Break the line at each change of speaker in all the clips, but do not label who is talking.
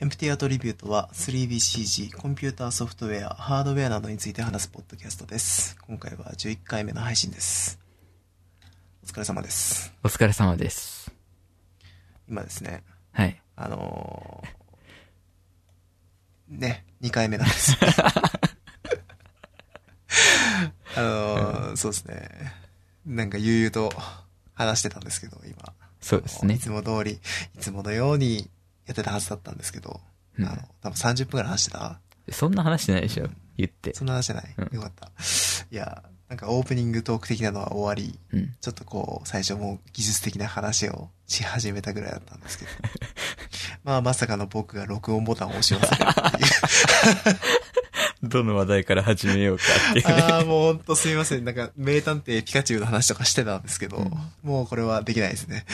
エンプティアートリビューとは 3BCG、コンピューターソフトウェア、ハードウェアなどについて話すポッドキャストです。今回は11回目の配信です。お疲れ様です。
お疲れ様です。
今ですね、
はい。
あのー、ね、2回目なんです。あのー、そうですね。なんか悠々と話してたんですけど、今。
そうですね
い。つも通り、いつものようにやってたはずだったんですけど、
うん
あの、多分30分くらい話してた
そんな話してないでしょ言って。
そんな話じゃない、
うん
よかった。いや、なんかオープニングトーク的なのは終わり、
うん。
ちょっとこう、最初もう技術的な話をし始めたぐらいだったん ですけど。まあ、まさかの僕が録音ボタンを押し忘れるっ ていう。
どの話題から始めようかっていうね。
ああ、もうほんとすみません。なんか、名探偵ピカチュウの話とかしてたんですけど、
うん
もうこれはできないですね。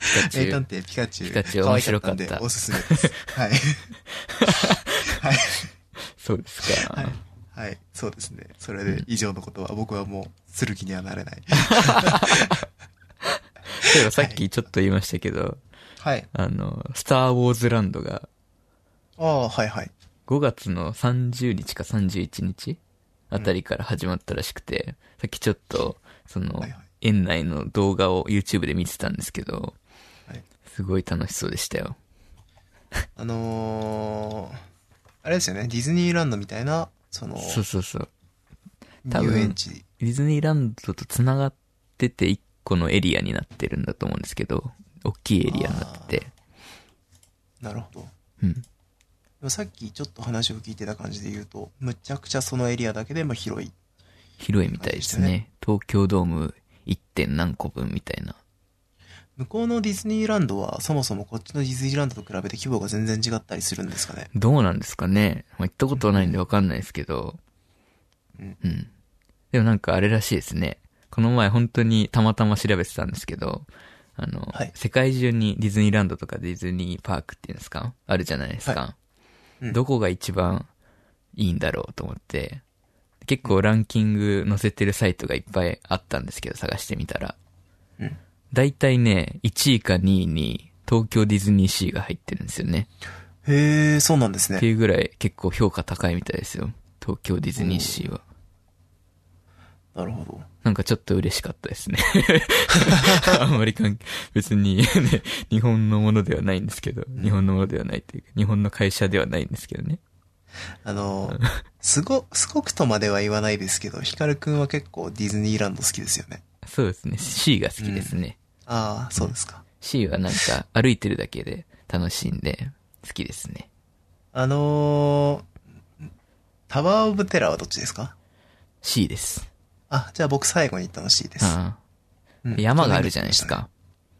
ピカチ
名
ュ
探
ウ。
偵ピカチュウ。
ピカチュウ
可愛たん
面白か
で
った
おすすめ です。はい。はい。
そうですか。
はい。そうですね。それで以上のことは僕はもうする気にはなれ ない。
例えばさっきちょっと言いましたけど、
はい。
あの、スターウォーズランドが
ああ、はいはい。
5月の30日か31日あたりから始まったらしくて、さっきちょっと、その
はいはい、
園内の動画を YouTube で見てたんですけど
はい、
すごい楽しそうでしたよ。
あのー、あれですよね。ディズニーランドみたいな、その、
そうそうそう。多分
遊園地。
ディズニーランドと繋がってて一個のエリアになってるんだと思うんですけど、大きいエリアになってて。
なるほど。で
うん。
もさっきちょっと話を聞いてた感じで言うと、むちゃくちゃそのエリアだけでも広い。
広いみたいです
そうで
ね。東京ドーム 1. 点何個分みたいな。
向こうのディズニーランドは、そもそもこっちのディズニーランドと比べて規模が全然違ったりするんですかね。
どうなんですかねまあ、行ったことないんでわかんないですけど。
うん。
うん。でもなんかあれらしいですね。この前本当にたまたま調べてたんですけど、あの、
はい
世界中にディズニーランドとかディズニーパークっていうんですかあるじゃないですか。
うん
どこが一番いいんだろうと思って、結構ランキング載せてるサイトがいっぱいあったんですけど、探してみたら。
うん
だいたいね、1位か2位に東京ディズニーシーが入ってるんですよね。
へえ、そうなんです
って
ね。
いうぐらい結構評価高いみたいですよ。東京ディズニーシーは。
なるほど。
なんかちょっと嬉しかった ですね。あんまり関係、別に、ね、日本のものではないんですけど、日本のものではないというか、日本の会社ではないんですけどね。
あの、 すご、すごくとまでは言わないですけど、ヒカルくんは結構ディズニーランド好きですよね。
そうですね。C が好きですね。
ああ、そうですか。
C はなんか歩いてるだけで楽しいんで、好きですね。
あのータワーオブテラーはどっちですか
C です。
あ、じゃあ僕最後に行ったの C です。
あ
う
あ
ん
山があるじゃないです。か。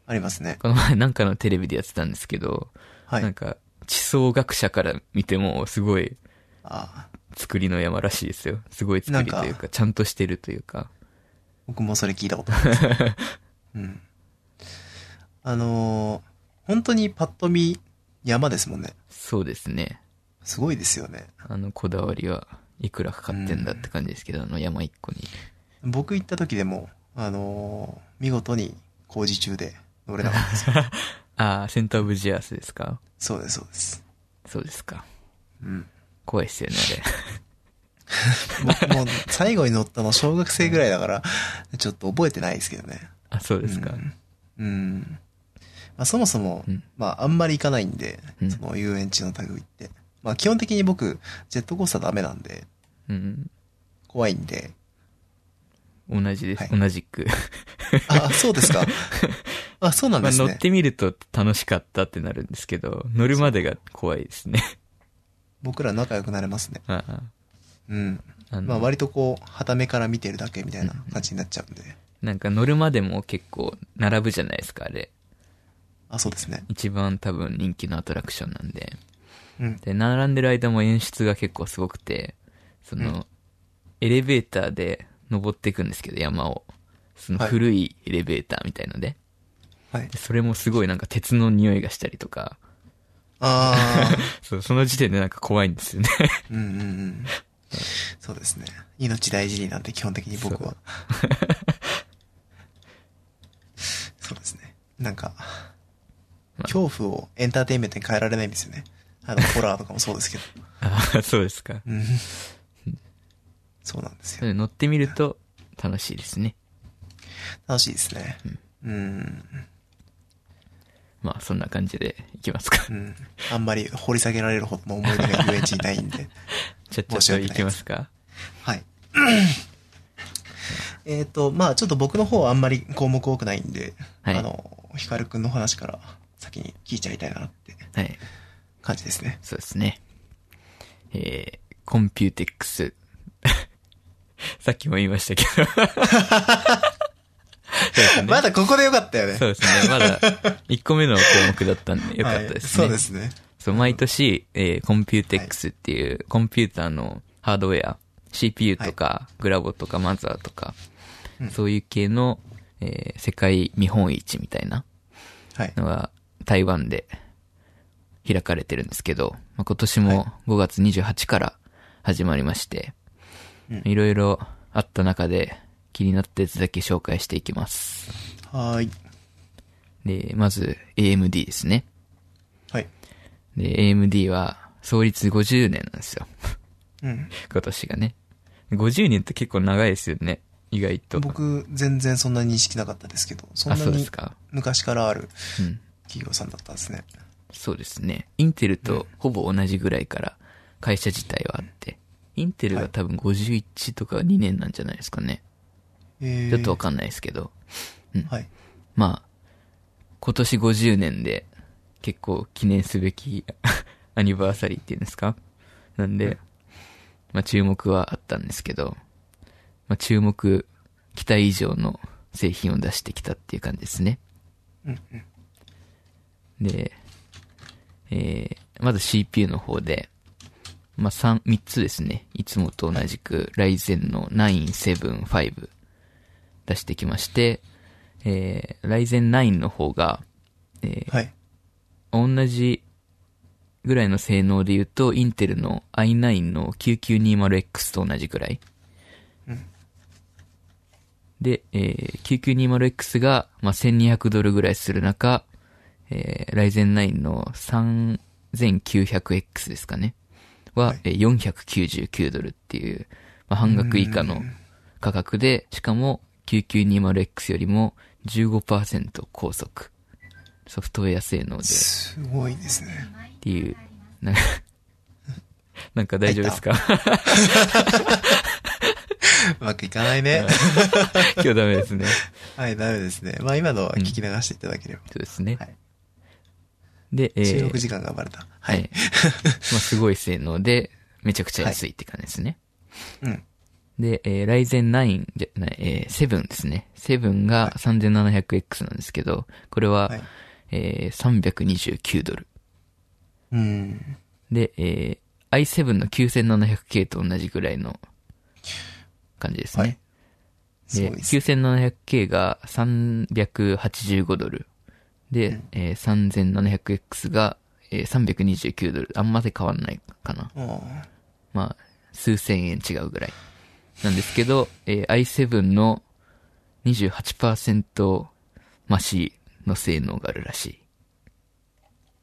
ありますね。
この前なんかのテレビでやってたんですけど、
はい。
なんか地層学者から見てもすごい
あー
作りの山らしいですよ。すごい作りとい
な
うんか、ちゃんとしてるというか。
僕もそれ聞いたことあります。 うん。あのー本当にパッと見山ですもんね。
そうですね。
すごいですよね。
あのこだわりはいくらかかってんだって感じですけど、あの山一個に。
僕行った時でも、あのー見事に工事中で乗れなかったです。
ああ、センターオブジアースですか
そうです、そうです。
そうですか。
うん。
怖いっすよね、あ
僕もう最後に乗ったの小学生ぐらいだから、ちょっと覚えてないですけどね。
れ。あ、そうですか。
うん。まあ、そもそも、
うん
まあ、あんまり行かないんで、
うん
その遊園地の類って。まあ、基本的に僕、ジェットコースターダメなんで、
うん。
怖いん で。
同じです。
はい
同じく。
あ、そうですか。 あ、そうなん
ま
で
あ、
す
乗
ね。
ってみると楽しかったってなるんですけど、乗るまでが怖いですね。
僕ら仲良くなれますね。
ああ
うん。
あの
まあ、割とこう、はめから見てるだけみたいな感じになっちゃうんで。
なんか乗るまでも結構並ぶじゃないですか、あれ。
あ、そうですね。
一番多分人気のアトラクションなんで。
うん。
で、並んでる間も演出が結構すごくて、その、
う
エレベーターで登っていくんですけど、山を。その
はい
古いエレベーターみたいので。
はい
で。それもすごいなんか鉄の匂いがしたりとか、
ああ。
そうその時点でなんか怖いんですよね。
うんうんうん。そうですね。命大事になんて基本的に僕 は。そうですね。なんか、恐怖をエンターテインメントに変えられないんですよね。あの、ホラーとかもそうですけ ど。
ああ、そうですか。
うんそうなんですよ。
乗ってみると楽しいですね。
楽しいですね。うん。
まあ、そんな感じでいきますか
う。ん。あんまり掘り下げられるほどの思い出が遊園地にないんで。
ちょ、ちょ
申
っ
し
と
訳ない
いきますか。
はい。 えっと、まあちょっと僕の方はあんまり項目多くないんで、
はい
あの、ヒカルくんの話から先に聞いちゃいたいなって
はい。
感じですね。
そうですね。えー、コンピューテックス。さっきも言いましたけど。そうですね
まだここでよかったよね。
そうですね。まだ、1個目の項目だったんで、よかったですね。
はいそうですね。
そう、毎年、えーコンピューテックスっていう、コンピューターのハードウェア、CPU とか、グラボとか、マザーとか、
うん
そういう系の、えー世界見本市みたいな
はい。
のが、台湾で開かれてるんですけど、まあ、今年
は
も5月28から始まりまして、
うん
いろいろあった中で、気になったやつだけ紹介していきます。
はーい。
で、まず、AMD ですね。
はい。
で、AMD は、創立50年なんですよ。
うん。
今年がね。50年って結構長いですよね。意外と。
僕、全然そんな認識なかったですけど、そん
あ、
な
そうで
に
すか。
昔からある
うん。
企業さんだったんですね。
そうですね。インテルとほぼ同じぐらいから会社自体はあって。インテルが多分51とか2年なんじゃないですかね。
えー、
ちょっとわかんないですけど。
はい。
まあ、今年50年で結構記念すべき アニバーサリーっていうんですかなんで、まあ注目はあったんですけど、まあ注目、期待以上の製品を出してきたっていう感じですね。
うんうん。
で、えー、まず CPU の方で、まあ、3、3つですね。いつもと同じく、ライゼンの9、7、5出してきまして、えー、ライゼン9の方が、え
はい。
ー、同じぐらいの性能で言うと、インテルの i9 の 9920X と同じぐらい。
うん
で、えー、9920X が、まあ、1200ドルぐらいする中、えー、ライゼン9の 3900X ですかね。は、
はい
えー499ドルっていう、まあ、半額以下の価格で、しかも 9920X よりも15%高速。ソフトウェア性能でっ
すごいですね。
ていう、なんか、なんか大丈夫ですか
うまくいかないね。
今日ダメですね。
はい、ダメですね。まあ今のは聞き流していただければ。
そうですね。
はい
で、えー
収録時間がバレた。
はい。まあ、すごい性能で、めちゃくちゃ安いって感じですね。
うん。
で、えー、Ryzen 9じゃない、えー、7ですね。7が 3700X なんですけど、これは、
はい
えー、329ドル。
うん。
で、えー、i7 の 9700K と同じぐらいの感じですね。
はいす
で、
ごいですね。
9700K が385ドル。で、えー、3700X が、えー、329ドル。あんまり変わんないかな。
うん
まあ、数千円違うぐらい。なんですけど、えー i7 の28%増しの性能があるらしい。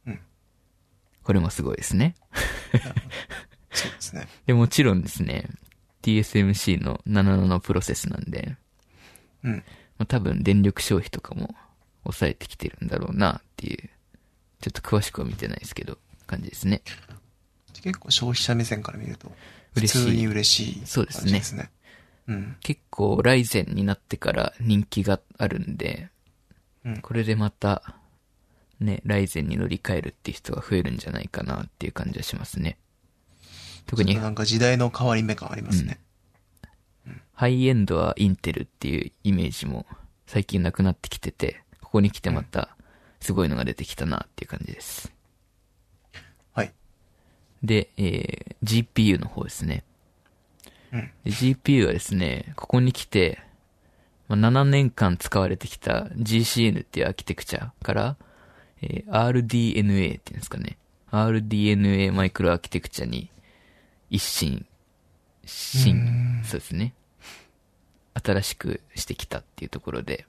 うん
これもすごいですね。
そうですね。
で、もちろんですね、TSMC の7のプロセスなんで、
うん。
まあ、多分電力消費とかも抑えてきてるんだろうなっていう、ちょっと詳しくは見てないですけど、感じですね。
結構消費者目線から見ると、普
嬉しい
通に嬉しい
そうですね
感じですね。うん。
結構ライゼンになってから人気があるんで、
うん
これでまた、ね、ライゼンに乗り換えるっていう人が増えるんじゃないかなっていう感じはしますね。特
ちょ
に
っとなんか時代の変わり目感ありますね。
ハイエンドはインテルっていうイメージも最近なくなってきてて、ここに来てまたすごいのが出てきたなっていう感じです。
はい。
で、えー GPU の方ですね。
うん。
で GPU はですね、ここに来て、まあ、7年間使われてきた GCN っていうアーキテクチャから、えー RDNA っていうんですかね。RDNA マイクロアーキテクチャに一新、新、そうですね。新しくしてきたっていうところで、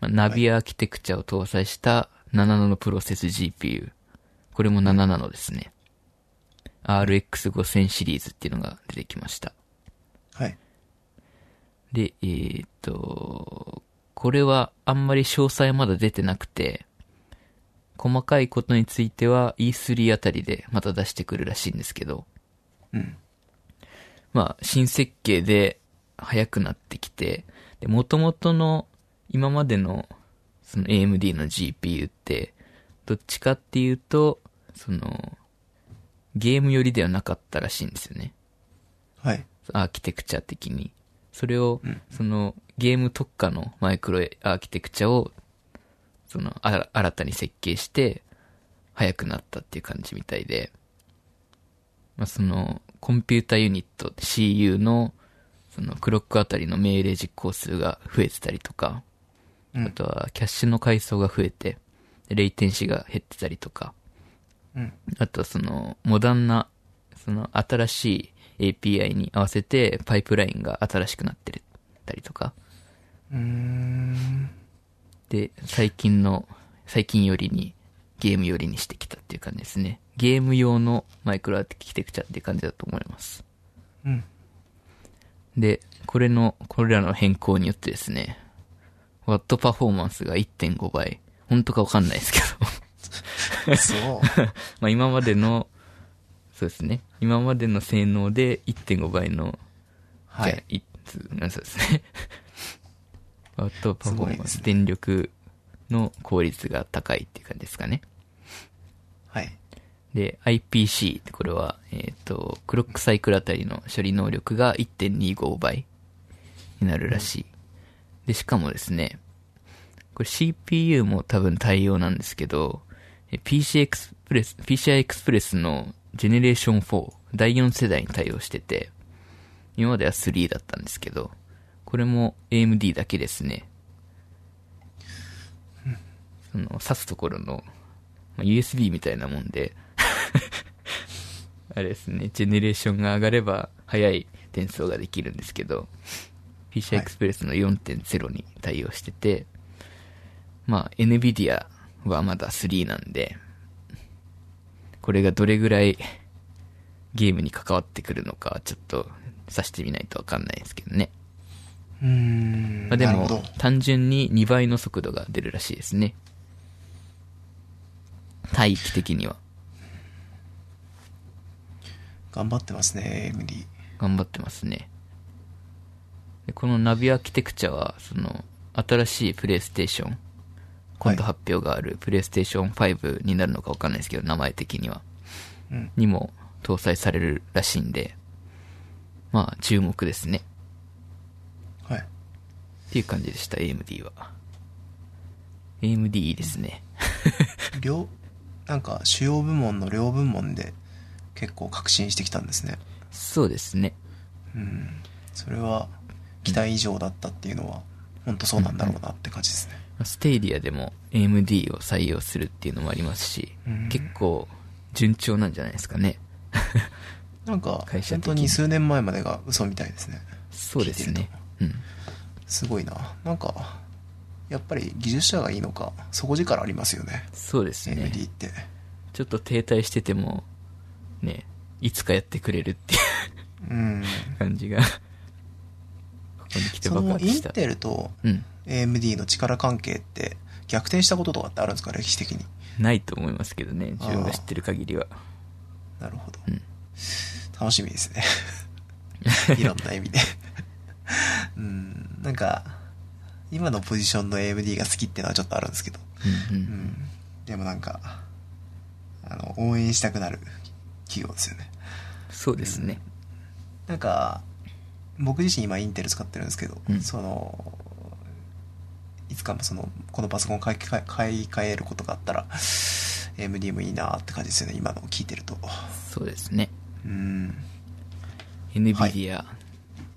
まあナビアーキテクチャを搭載した7ナノプロセス GPU。これも7ナノですね。RX5000 シリーズっていうのが出てきました。
はい。
で、えーっと、これはあんまり詳細まだ出てなくて、細かいことについては E3 あたりでまた出してくるらしいんですけど、
うん。
まあ、新設計で速くなってきて、で、元々の今までのその AMD の GPU って、どっちかっていうと、その、ゲーム寄りではなかったらしいんですよね。
はい。
アーキテクチャ的に。それを
うん、
その、ゲーム特化のマイクロアーキテクチャを、その、あら新たに設計して、速くなったっていう感じみたいで、まあ、その、コンピュータユニット、CU の、その、クロックあたりの命令実行数が増えてたりとか、
うん
あとは、キャッシュの階層が増えて、でレイテンシが減ってたりとか、
うん。
あとはその、モダンな、その新しい API に合わせてパイプラインが新しくなってたりとか。
うーん。
で、最近の、最近よりに、ゲーム寄りにしてきたっていう感じですね。ゲーム用のマイクロアーキテクチャっていう感じだと思います。
うん。
で、これの、これらの変更によってですね、ワットパフォーマンスが1.5倍。本当かわかんないですけど。
そう。
まあ今までの、そうですね。今までの性能で1.5倍の
は
じゃあ
い。
いつ、うんそうですね。 ワットパフォ
すご
ー
いで
マンス、
すね
電力の効率が高いっていう感じですかね。
はい。
で、IPC ってこれは、えっ、と、クロックサイクルあたりの処理能力が1.25倍になるらしい。で、しかもですね、これ CPU も多分対応なんですけど、え PC エクスプレス、PCI エクスプレスのジェネレーション4、第4世代に対応してて、今までは3だったんですけど、これも AMD だけですね。その、刺すところの、まあ USB みたいなもんで、 あれですね、ジェネレーションが上がれば、早い転送ができるんですけど、PCI
はい
Express の4.0に対応してて、まあ、NVIDIA はまだ3なんで、これがどれぐらいゲームに関わってくるのか、ちょっと、さしてみないとわかんないですけどね。
うーん。
まあ、で
なるほど
も。、単純に2倍の速度が出るらしいですね。大域的には。
頑張ってますね、AMD。
頑張ってますね。でこのナビアーキテクチャは、その、新しいプレイステーション、今度発表があるプレイステーション5になるのかわかんないですけど、名前的には。
うん。
にも搭載されるらしいんで、まあ、注目ですね。
はい。
っていう感じでした、AMD は。AMD いいですね。
両、なんか主要部門の両部門で結構革新してきたんですね。
そうですね。
うん。それは期待以上だったっていうのは、本当そうなんだろうなって感じですね。
ステイディアでも AMD を採用するっていうのもありますし、
うん
結構順調なんじゃないですかね。
なんか、
会社
本
的に
当に数年前までが嘘みたいですね。
そうです
聞いて
ね
ると。
うん。
すごいな。なんか、やっぱり技術者がいいのか、底力ありますよね。
そうですね。
AMD って。
ちょっと停滞してても、ね、いつかやってくれるってい
うん。
う感じが、ここに来て
そ
爆
の
発
イン
した。
テルと
うん。
AMD の力関係って逆転したこととかってあるんですか、歴史的に。
ないと思いますけどね、自分が知ってる限りは。
なるほど。
うん
楽しみです ね。いろんな意味で。うん、なんか、今のポジションの AMD が好きっていうのはちょっとあるんですけど。
うん
う
う。
んん。でもなんか、あの、応援したくなる企業ですよね。
そうですね。
なんか、僕自身今インテル使ってるんですけど、
うん
その、いつかもその、このパソコン買い替え買い替えることがあったら、AMD もいいなって感じですよね、今の聞いてると。
そうですね。
うん。
NVIDIA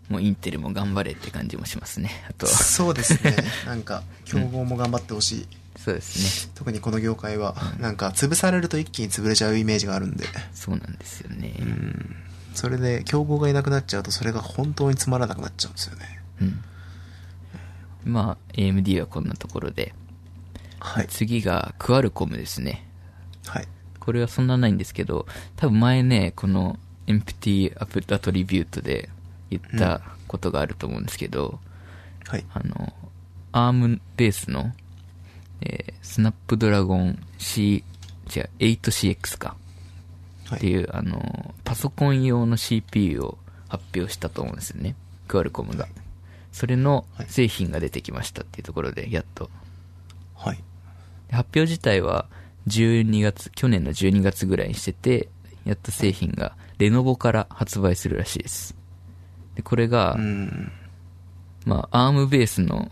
もインテルも頑張れって感じもしますね。あとは、
そうですね。なんか、競合も頑張ってほしい。
そうですね。
特にこの業界は、なんか、潰されると一気に潰れちゃうイメージがあるんで、
そうなんですよね。
うん。それで、競合がいなくなっちゃうと、それが本当につまらなくなっちゃうんですよね。
うん。まあ、AMD はこんなところで、
はい。
次が、クアルコムですね。
はい。
これはそんなないんですけど、多分前ね、この、エンプティアプアトリビュートで言ったことがあると思うんですけど、
はい。
あの、アームベースの、えースナップドラゴン C、違う、8CX か。
は
って
い。
いう、あの、パソコン用の CPU を発表したと思うんですよね。クアルコムが。それの
はい
製品が出てきましたっていうところで、やっと。
はい。
で発表自体は12月、去年の12月ぐらいにしてて、やっと製品がレノボから発売するらしいです。で、これが、
うん。
まあ、アームベースの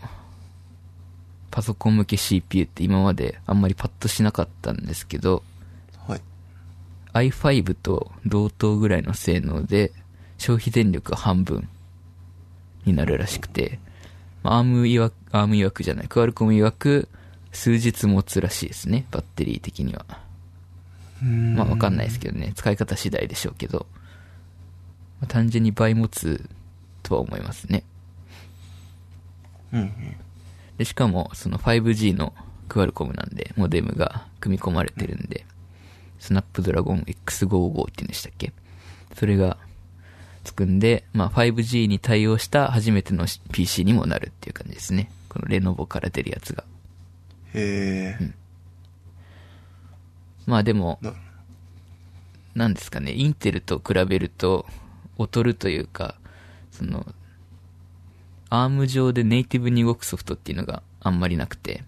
パソコン向け CPU って今まであんまりパッとしなかったんですけど、
はい。
i5 と同等ぐらいの性能で消費電力が半分になるらしくて、まあアーム曰く、アーム曰くじゃない、クアルコム曰く数日持つらしいですね、バッテリー的には。
うん
まあわかんないですけどね、使い方次第でしょうけど、まあ単純に倍持つとは思いますね。
うんうん。
で、しかも、その 5G のクアルコムなんで、モデムが組み込まれてるんで、スナップドラゴン X55 っていうんでしたっけそれが、つくんで、まあ 5G に対応した初めての PC にもなるっていう感じですね。このレノボから出るやつが。
へえ。
まあでも、
な
なんですかね、インテルと比べると、劣るというか、その、アーム上でネイティブに動くソフトっていうのがあんまりなくて、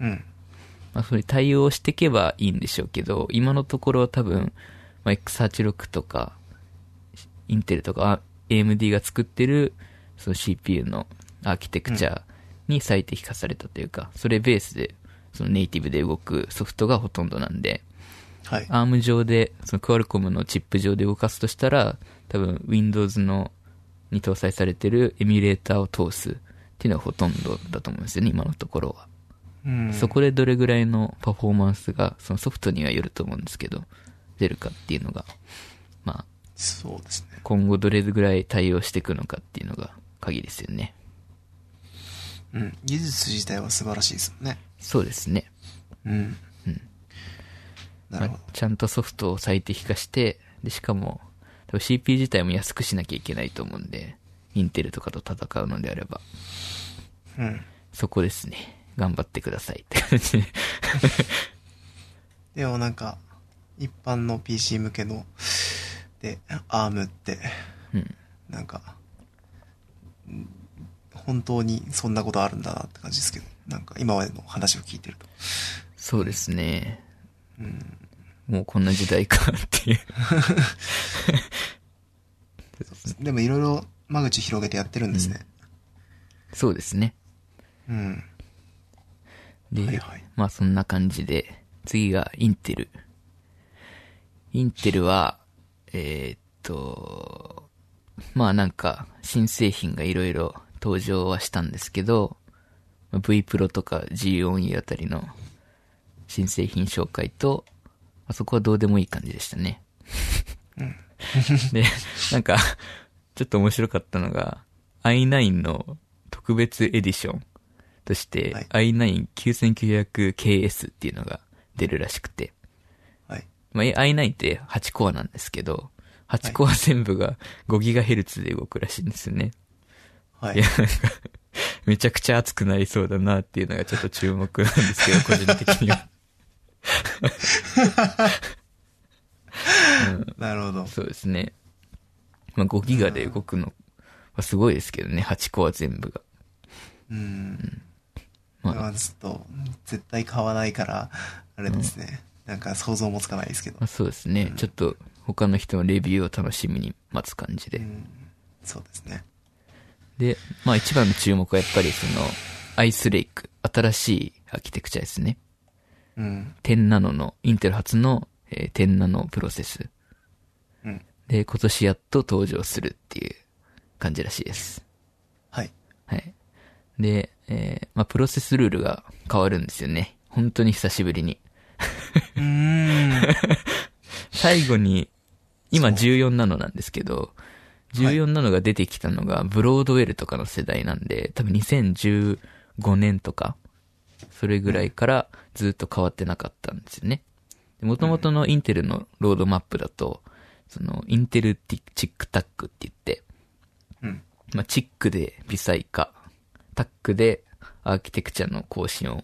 うん。
まあ、それに対応していけばいいんでしょうけど、今のところは多分、まあ、X86 とか、インテルとか、あ AMD が作ってる、その CPU のアーキテクチャに最適化されたというか、それベースで、そのネイティブで動くソフトがほとんどなんで、
はい。
アーム上で、そのクアルコムのチップ上で動かすとしたら、多分 Windows のに搭載されてるエミュレーターを通すっていうのはほとんどだと思うんですよね、今のところは。
うん
そこでどれぐらいのパフォーマンスが、そのソフトにはよると思うんですけど、出るかっていうのが、まあ、
そうですね。
今後どれぐらい対応していくのかっていうのが鍵ですよね。
うん。技術自体は素晴らしいですもんね。
そうですね。
うん。なるほ
まあちゃんとソフトを最適化して、で、しかも、多分 CPU 自体も安くしなきゃいけないと思うんで、インテルとかと戦うのであれば、
ど。うん。
そこですね。頑張ってくださいって感じで。
でもなんか、一般の PC 向けの、で、アームって、
うん。
なんか、うん本当にそんなことあるんだなって感じですけど、なんか今までの話を聞いてると。
そうですね。
うん。
もうこんな時代かっていう。
でもいろいろ間口広げてやってるんですね。
そうですね。
うん。
で、
はいはい
まあそんな感じで、次がインテル。インテルは、えーっと、まあなんか新製品がいろいろ登場はしたんですけど、まあ V プロとか G オン E あたりの新製品紹介と、あそこはどうでもいい感じでしたね。 で、なんか、ちょっと面白かったのが、i9 の特別エディションとして、
は
i9-9900KS っていうのが出るらしくて、
はい。
まあ、i9 って8コアなんですけど、8コア全部が 5GHz で動くらしいんですよね。
はい
い、や、なんか、 めちゃくちゃ熱くなりそうだなっていうのがちょっと注目なんですけど、個人的には。
なるほど。
そうですね。まあ、5ギガで動くのはすごいですけどね、8コア全部が。
うん。
まあ
まあ、ちょっと、絶対買わないから、あれですね。なんか想像もつかないですけど
まあ、。そうですね。ちょっと他の人のレビューを楽しみに待つ感じ
う
で。
ん。そうですね。
で、まあ一番の注目はやっぱりその、アイスレイク。新しいアーキテクチャですね。
うん。
10ナノの、インテル初の、えー10ナノプロセス。
うん。
で、今年やっと登場するっていう感じらしいです。
はい。
はい。で、えーまあプロセスルールが変わるんですよね。本当に久しぶりに。
うーん。
最後に、今
そう
14ナノなんですけど、14ナノが出てきたのが、ブロードウェルとかの世代なんで、多分2015年とかそれぐらいからずっと変わってなかったんですよね。もともとのインテルのロードマップだと、その、インテルティチックタックって言って、
うん。
まあ、チックで微細化、タックでアーキテクチャの更新を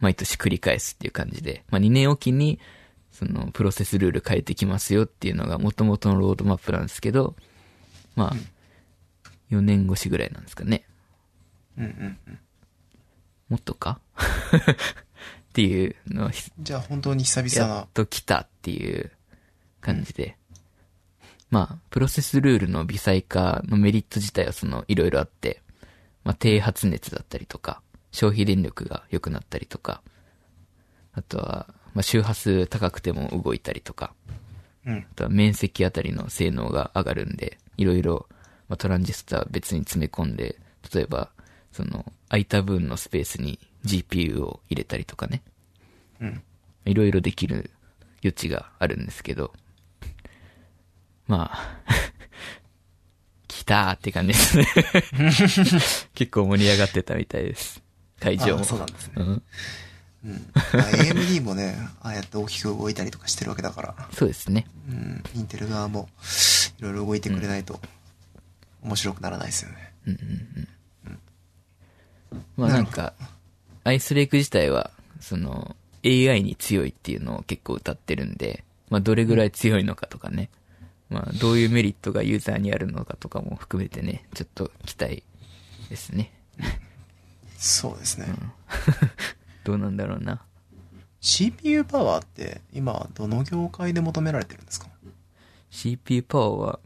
毎年繰り返すっていう感じで、まあ、2年おきに、その、プロセスルール変えてきますよっていうのが元々のロードマップなんですけど、まあ、4年越しぐらいなんですかね。
うんうんうん。
もっとか っていうのをひ
じゃあ本当に久々
やっ
な。
と来たっていう感じで。まあ、プロセスルールの微細化のメリット自体はその、いろいろあって、まあ、低発熱だったりとか、消費電力が良くなったりとか、あとは、まあ、周波数高くても動いたりとか、
うん
あ。とは面積あたりの性能が上がるんで、いろいろ、まあ、トランジスタ別に詰め込んで、例えば、その、空いた分のスペースに GPU を入れたりとかね。
うん。
いろいろできる余地があるんですけど、まあ、 来たーって感じですね。 結構盛り上がってたみたいです。会場も。
あそうなんですね
ん
うん。まあ AMD もね、ああやって大きく動いたりとかしてるわけだから。
そうですね。
うん。インテル側も、いろいろ動いてくれないと、面白くならないですよね。
まあなんか、アイスレイク自体は、その、AI に強いっていうのを結構歌ってるんで、まあどれぐらい強いのかとかね、まあどういうメリットがユーザーにあるのかとかも含めてね、ちょっと期待ですね。
そうですね。
どうなんだろうな。
CPU パワーって、今、どの業界で求められてるんですか
CPU パワーは、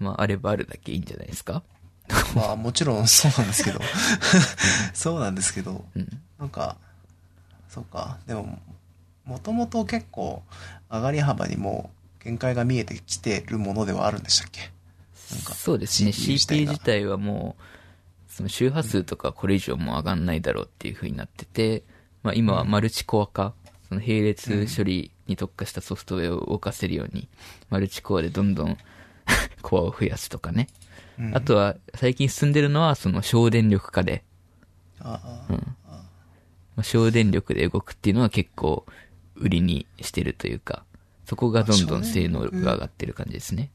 まあ、あればあるだけいいんじゃないですか
まあ、もちろんそうなんですけど。 そうなんですけど、
うん。
なんか、そうか。でも、もともと結構、上がり幅にもう限界が見えてきてるものではあるんでしたっけなんか
そうですね。
CPU
CPU
自体が
自体はもう、その周波数とかこれ以上もう上がんないだろうっていう風になってて、まあ今はマルチコア化、その並列処理に特化したソフトウェアを動かせるように、マルチコアでどんどん コアを増やすとかね。
うん
あとは最近進んでるのはその省電力化で、
ああ、
まあ省電力で動くっていうのは結構売りにしてるというか、そこがどんどん性能が上がってる感じですね。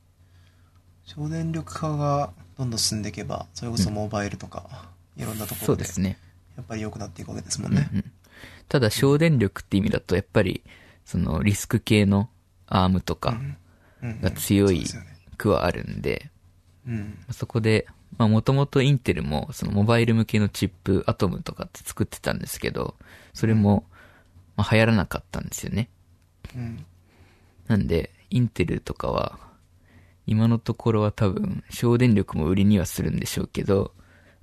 省電力化がどんどん進んでいけば、それこそモバイルとか、いろんなとこ
そ
ろ
う
で
で、すね。
やっぱり良くなっていくわけですもんね。
ただ省電力って意味だと、やっぱり、そのリスク系のアームとか
うんうん
が強
そう
い
ですよね
区はあるんで、
うん。
そこで、まあもともとインテルもそのモバイル向けのチップ、アトムとかって作ってたんですけど、それも、まあ流行らなかったんですよね。
うん。
なんで、インテルとかは、今のところは多分、省電力も売りにはするんでしょうけど、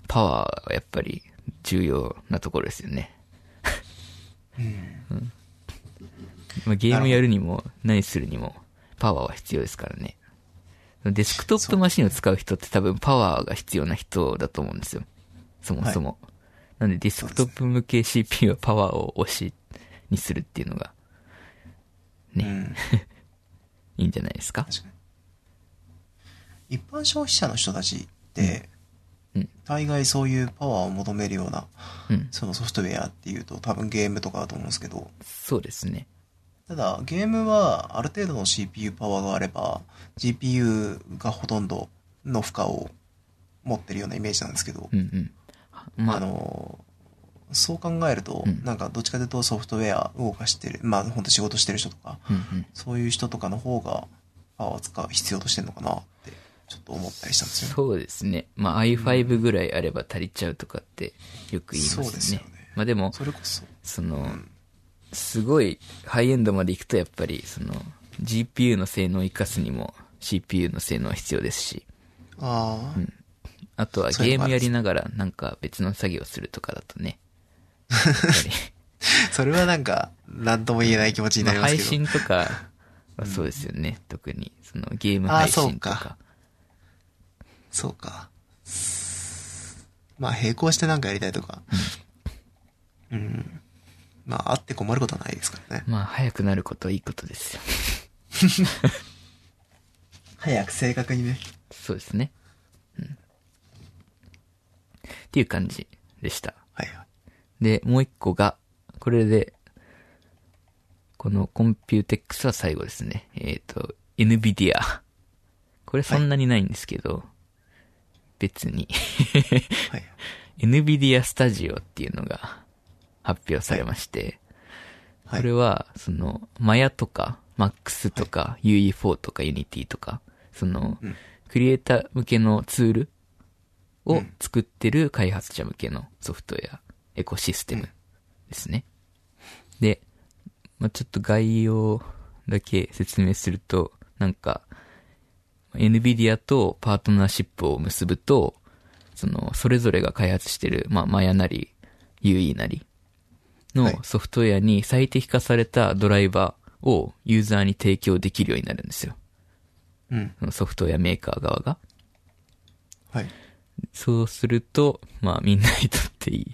パワーはやっぱり重要なところですよね。まあ、ゲームやるにも、何するにも、パワーは必要ですからね。デスクトップマシンを使う人って多分パワーが必要な人だと思うんですよ。そもそも。なんでデスクトップ向け CPU はパワーを推しにするっていうのが
う
ね
ん。
いいんじゃないですか。
確かに。一般消費者の人たちって、
うん
大概そういうパワーを求めるような、
うん。
そのソフトウェアっていうと多分ゲームとかだと思うんですけど、
そうですね。
ただゲームはある程度の CPU パワーがあれば GPU がほとんどの負荷を持ってるようなイメージなんですけど、
うんうん。ま
あ
あ、
のそう考えると、
うん
なんかどっちかというとソフトウェア動かしてるまあ本当仕事してる人とか
うんうん。
そういう人とかの方がパワーを使う必要としてるのかなってちょっと思ったりしたんですよね
そうですね。まあ i5 ぐらいあれば足りちゃうとかってよく言いますね。
そうですよね
まあでも、
それこそ
その、すごいハイエンドまで行くとやっぱり、その、GPU の性能を活かすにも CPU の性能は必要ですし、
ああ、
あとは
そうい
ゲ
う
ー
のもあ
ム
るん
や
です
りながらなんか別の作業するとかだと ね、やっ ぱ
それはなんか何とも言えない気持ち
り
に
ま
な
あ
りますけ
配
ど、
信とかはそうですよね、特に。そのゲーム
あー
配
そう
信と
か
か。
そうか。まあ、並行してなんかやりたいとか。うん。まあ、あって困ることはないですからね。
まあ早くなることはいいことですよ。
早く正確にね。
そうですね。うん。っていう感じでした。
はいはい。
で、もう一個が、これで、このコンピューテックスは最後ですね。えっ、と、NVIDIA。これそんなにないんですけど、別に。
はい。
NVIDIA Studio っていうのが発表されまして、
はい
これは、その、マヤとか、MAX とか、UE4 とか Unity とか、その、
うん
クリエイター向けのツール
う
を
ん
作ってる開発者向けのソフトウェア、エコシステムですね。で、まあ、ちょっと概要だけ説明すると、なんか、NVIDIA とパートナーシップを結ぶと、その、それぞれが開発してる、まあ、マヤなり、UE なり
はい
のソフトウェアに最適化されたドライバーをユーザーに提供できるようになるんですよ。
うん。
そのソフトウェアメーカー側が。
はい。
そうすると、まあみんなにとっていい。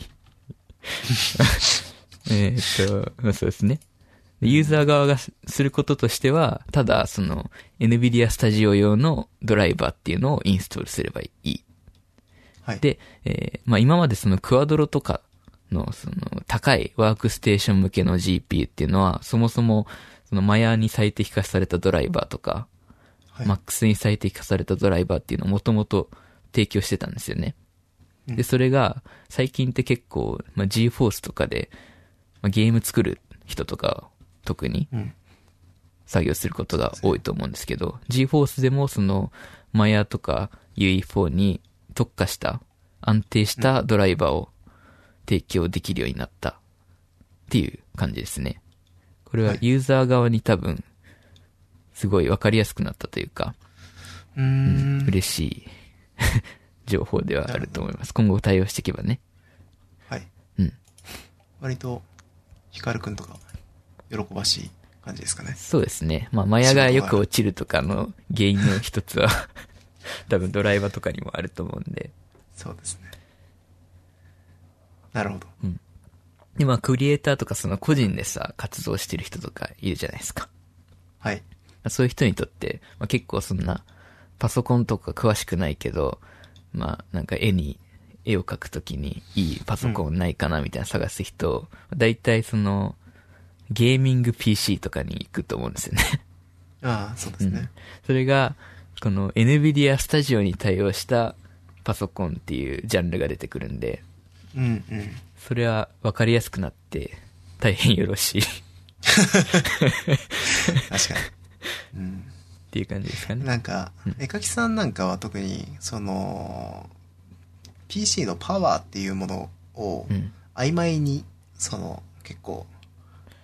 えーっと、まあそうですね。でユーザー側がすすることとしては、ただその NVIDIA Studio 用のドライバーっていうのをインストールすればいい。
はい。
で、えーまあ今までそのクワドロとかのその高いワークステーション向けの GPU っていうのは、そもそもそのマヤに最適化されたドライバーとか、
はい、
マックスに最適化されたドライバーっていうのをもともと提供してたんですよね。
うん
で、それが、最近って結構、まあ、GForce とかで、まあ、ゲーム作る人とか、特に
うん。
作業することが多いと思うんですけど、GForce でもその、マヤとか UE4 に特化した、安定したドライバーを提供できるようになったっていう感じですね。これは
はい
ユーザー側に多分、すごいわかりやすくなったというか、
うーん。
嬉しい 情報ではあると思います。今後対応していけばね。
はい。
うん。
割と、ヒカルくんとか、喜ばしい感じですかね。
そうですね。まあ、マヤがよく落ちるとかの原因の 一つは、多分ドライバーとかにもあると思うんで。
そうですね。なるほど。
で、まあ、クリエイターとかその個人でさ、活動してる人とかいるじゃないですか。
はい。
そういう人にとって、まあ、結構そんな、パソコンとか詳しくないけど、まあ、なんか絵に、絵を描くときにいいパソコンないかなみたいな探す人、だいたいその、ゲーミング PC とかに行くと思うんですよね。
ああ、そうですね。
それが、この NVIDIA Studio に対応したパソコンっていうジャンルが出てくるんで、
うん、うん。
それは分かりやすくなって大変よろしいっ
確かに。うん。
ていう感じですかね。
なんか、絵描きさんなんかは特に、その、PC のパワーっていうものを
うん。
曖昧に、その、結構、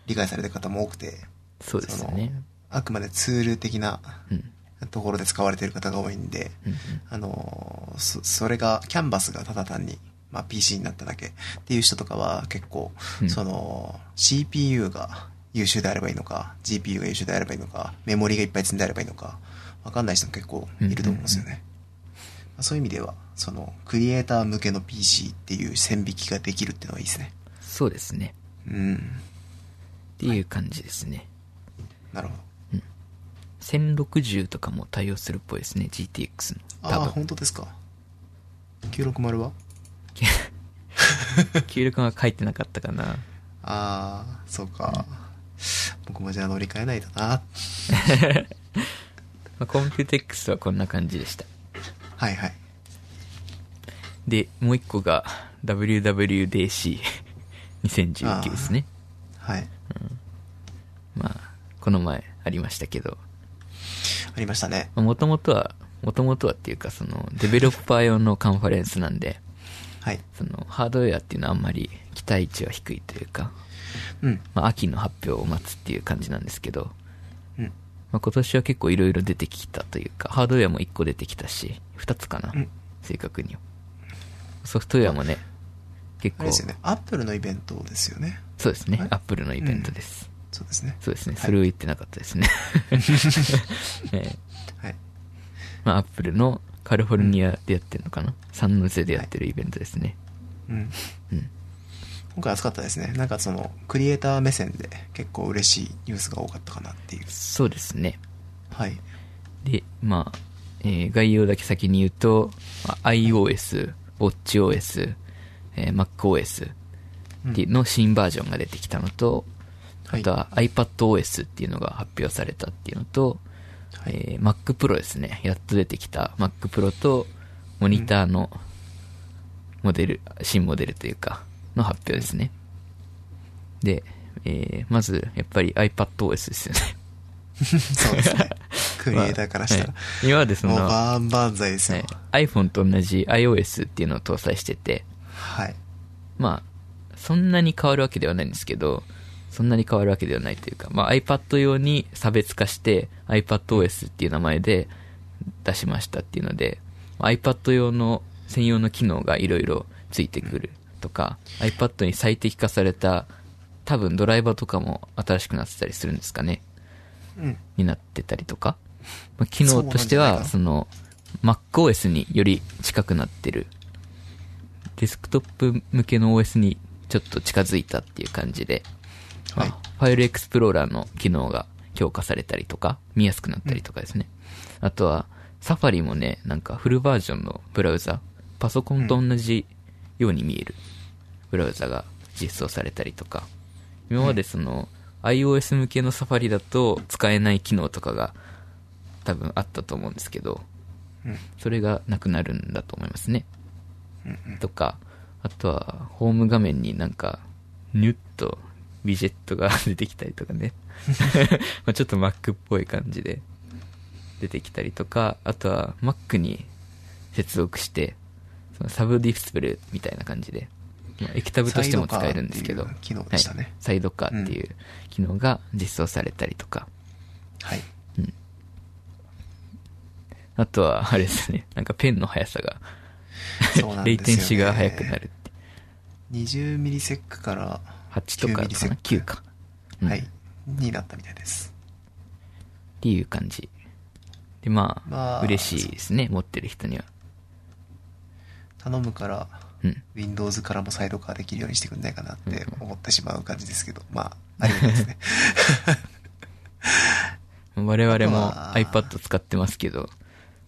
理解されてる方も多くて、
そうですよね。
あくまでツール的な
うん。
ところで使われてる方が多いんで、
うん
あのーそ、それが、キャンバスがただ単に、まあ、PC になっただけっていう人とかは結構、
うん
その、CPU が優秀であればいいのか、GPU が優秀であればいいのか、メモリがいっぱい積んであればいいのか、わかんない人も結構いると思うんですよね。まあそういう意味では、その、クリエイター向けの PC っていう線引きができるっていうのはいいですね。
そうですね。
うん。
っていう感じですね。
なるほど。
1060とかも対応するっぽいですね、GTX の。
ああ、
多分。
本当ですか。960は
記録が書いてなかったかな。
ああ、そうか。僕もじゃあ乗り換えないとな。
まあ、コンピューテックスはこんな感じでした。
はいはい。
で、もう一個が WWDC2019 ですね。
はい。
まあ、この前ありましたけど、
ありましたね。
もともとは、もともとはっていうか、その、デベロッパー用のカンファレンスなんで、
はい。
その、ハードウェアっていうのはあんまり期待値は低いというか、
うん。
まあ、秋の発表を待つっていう感じなんですけど、
うん。
まあ、今年は結構いろいろ出てきたというか、ハードウェアも1個出てきたし、2つかな、
うん
正確には。ソフトウェアもね、結
あ
構
れで、すよね。アップルのイベントですよね。
そうですね
あれ、
アップルのイベントです。
そうですね。
そうですね、
はい
それを言ってなかっ たですね。ね
はい。
まあ、アップルのカリフォルニアでやってるのかな、サンノゼでやってるイベントですね。
うん。
うん。
今回暑かったですね。なんかその、クリエイター目線で結構嬉しいニュースが多かったかなっていう。
そうですね。
はい。
で、まあ、えー概要だけ先に言うと、まあ iOS、WatchOS、えー MacOS、っていうの新バージョンが出てきたのと、
はい
あとは iPadOS っていうのが発表されたっていうのと、
はい
えー Mac Pro ですね。やっと出てきた Mac Pro と、モニターのモデル、新モデルというか、の発表ですね。で、えーまず、やっぱり iPadOS で すよね。
そうですね。クリエイターからしたら
ま。あはい今までその
もうバーンバンザイですよ。
はい、iPhone と同じ iOS っていうのを搭載してて、
はい。
まあ、そんなに変わるわけではないんですけど、そんなに変わるわけではないというか、まあ、iPad 用に差別化して iPadOS っていう名前で出しましたっていうので、iPad 用の専用の機能がいろいろついてくるとか、iPad に最適化された多分ドライバーとかも新しくなってたりするんですかね。
うん。
になってたりとか、まあ、機能としては、
そ
その、MacOS により近くなってる。デスクトップ向けの OS にちょっと近づいたっていう感じで、ま
は
あ
い
ファイルエクスプローラーの機能が強化されたりとか、見やすくなったりとかですね。あとは、サファリもね、なんかフルバージョンのブラウザ、パソコンと同じように見えるブラウザが実装されたりとか、今までその、iOS 向けのサファリだと使えない機能とかが多分あったと思うんですけど、
うん。
それがなくなるんだと思いますね。
うんうん。
とか、あとは、ホーム画面になんか、ニュッと、ビジェットが 出てきたりとか ね。まあちょっと Mac っぽい感じで出てきたりとか、あとは Mac に接続して、そのサブディスプレイみたいな感じで、まあ液タブとしても使えるんですけど、
サイドカーっていう機能でしたね
はい。サイドカーっていう機能が実装されたりとか、
はい。
うん。あとは、あれです ね、なんかペンの速さが、
そうなんですよね
レイテンシが速くなるって。
20ミリセックから
8とかかな、9
9
か。うん
はい
っ。
になったみたいです。
ていう感じ。で、まあ、
まあ
嬉しいですね、持ってる人には。
頼むから、
うん。
Windows からもサイドカーできるようにしてくんないかなっ
うん
て思ってしまう感じですけど、まあ、ありがたいです ね。
我々も
あとは
iPad 使ってますけど、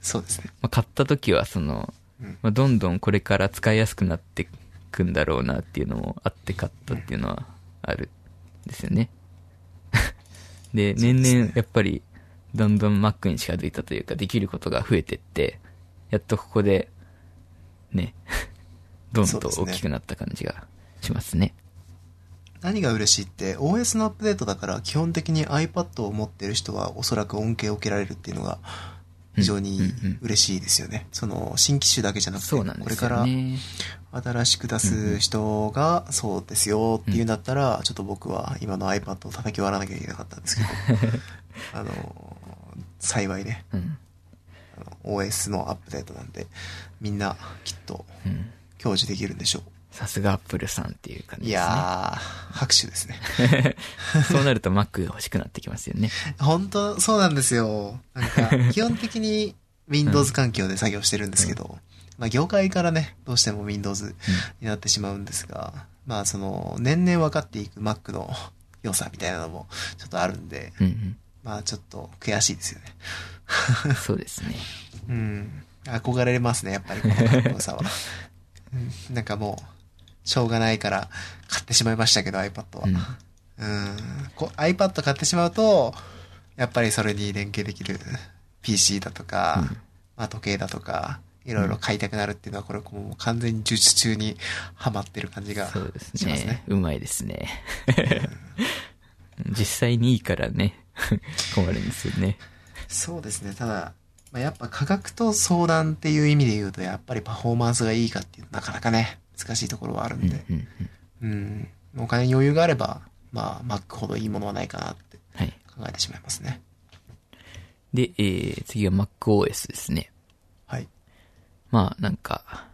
そうですね。
まあ、買った時はその、
うん
まあ、どんどんこれから使いやすくなってくんだろうなっていうのもあって買ったっていうのはあるんですよね。 で、
そうですね
年々やっぱりどんどん Mac に近づいたというかできることが増えてって、やっとここで、 ね、どん
そう
ど
で
ん
すね
大きくなった感じがしますね。
何が嬉しいって OS のアップデートだから基本的に iPad を持ってる人はおそらく恩恵を受けられるっていうのが非常に
うんうんうん
嬉しいですよね。その新機種だけじゃなくて、
そうなん
こ
で
れ
す
か
よ
ら
ね。
新しく出す人がそうですよっていうんだったら、ちょっと僕は今の iPad を叩き割らなきゃいけなかったん ですけど、あの、幸いね、
うん。
あの OS のアップデートなんで、みんなきっと
うん。
享受できるんでしょ
さすが Apple さんっていう感
う。
じ
い
ですね。
やー、拍手ですね。
そうなると Mac が欲しくなってきますよね。
本当そうなんですよ。なん か、基本的に Windows 環境で作業してるんですけど、まあ業界からね、どうしても Windows になってしまうんですが、まあその、年々分かっていく Mac の良さみたいなのもちょっとあるんで、
うんうん。
まあちょっと悔しいですよね。
そうです ね。
うん。憧れますね、やっぱりこの Mac の良さは。うんなんかもう、しょうがないから買ってしまいましたけど、iPad は。
うん
うんこ iPad 買ってしまうと、やっぱりそれに連携できる PC だとか、
うん
まあ時計だとか、いろいろ買いたくなるっていうのは、これもう完全に術中にはまってる感じがし
そ
ま
うです
すね。
ね。うまいですね。 実際にいいからね、 困るんですよね。
そうですね。ただ、まあ、やっぱ価格と相談っていう意味で言うと、やっぱりパフォーマンスがいいかっていう、なかなかね、難しいところはある
うんんう
で、
んうん
うん。お金に余裕があれば、まあ、Mac ほどいいものはないかなって
はい。
考えてしまいますね。
で、えー、次は MacOS ですね。
はい。
まあ、なんか、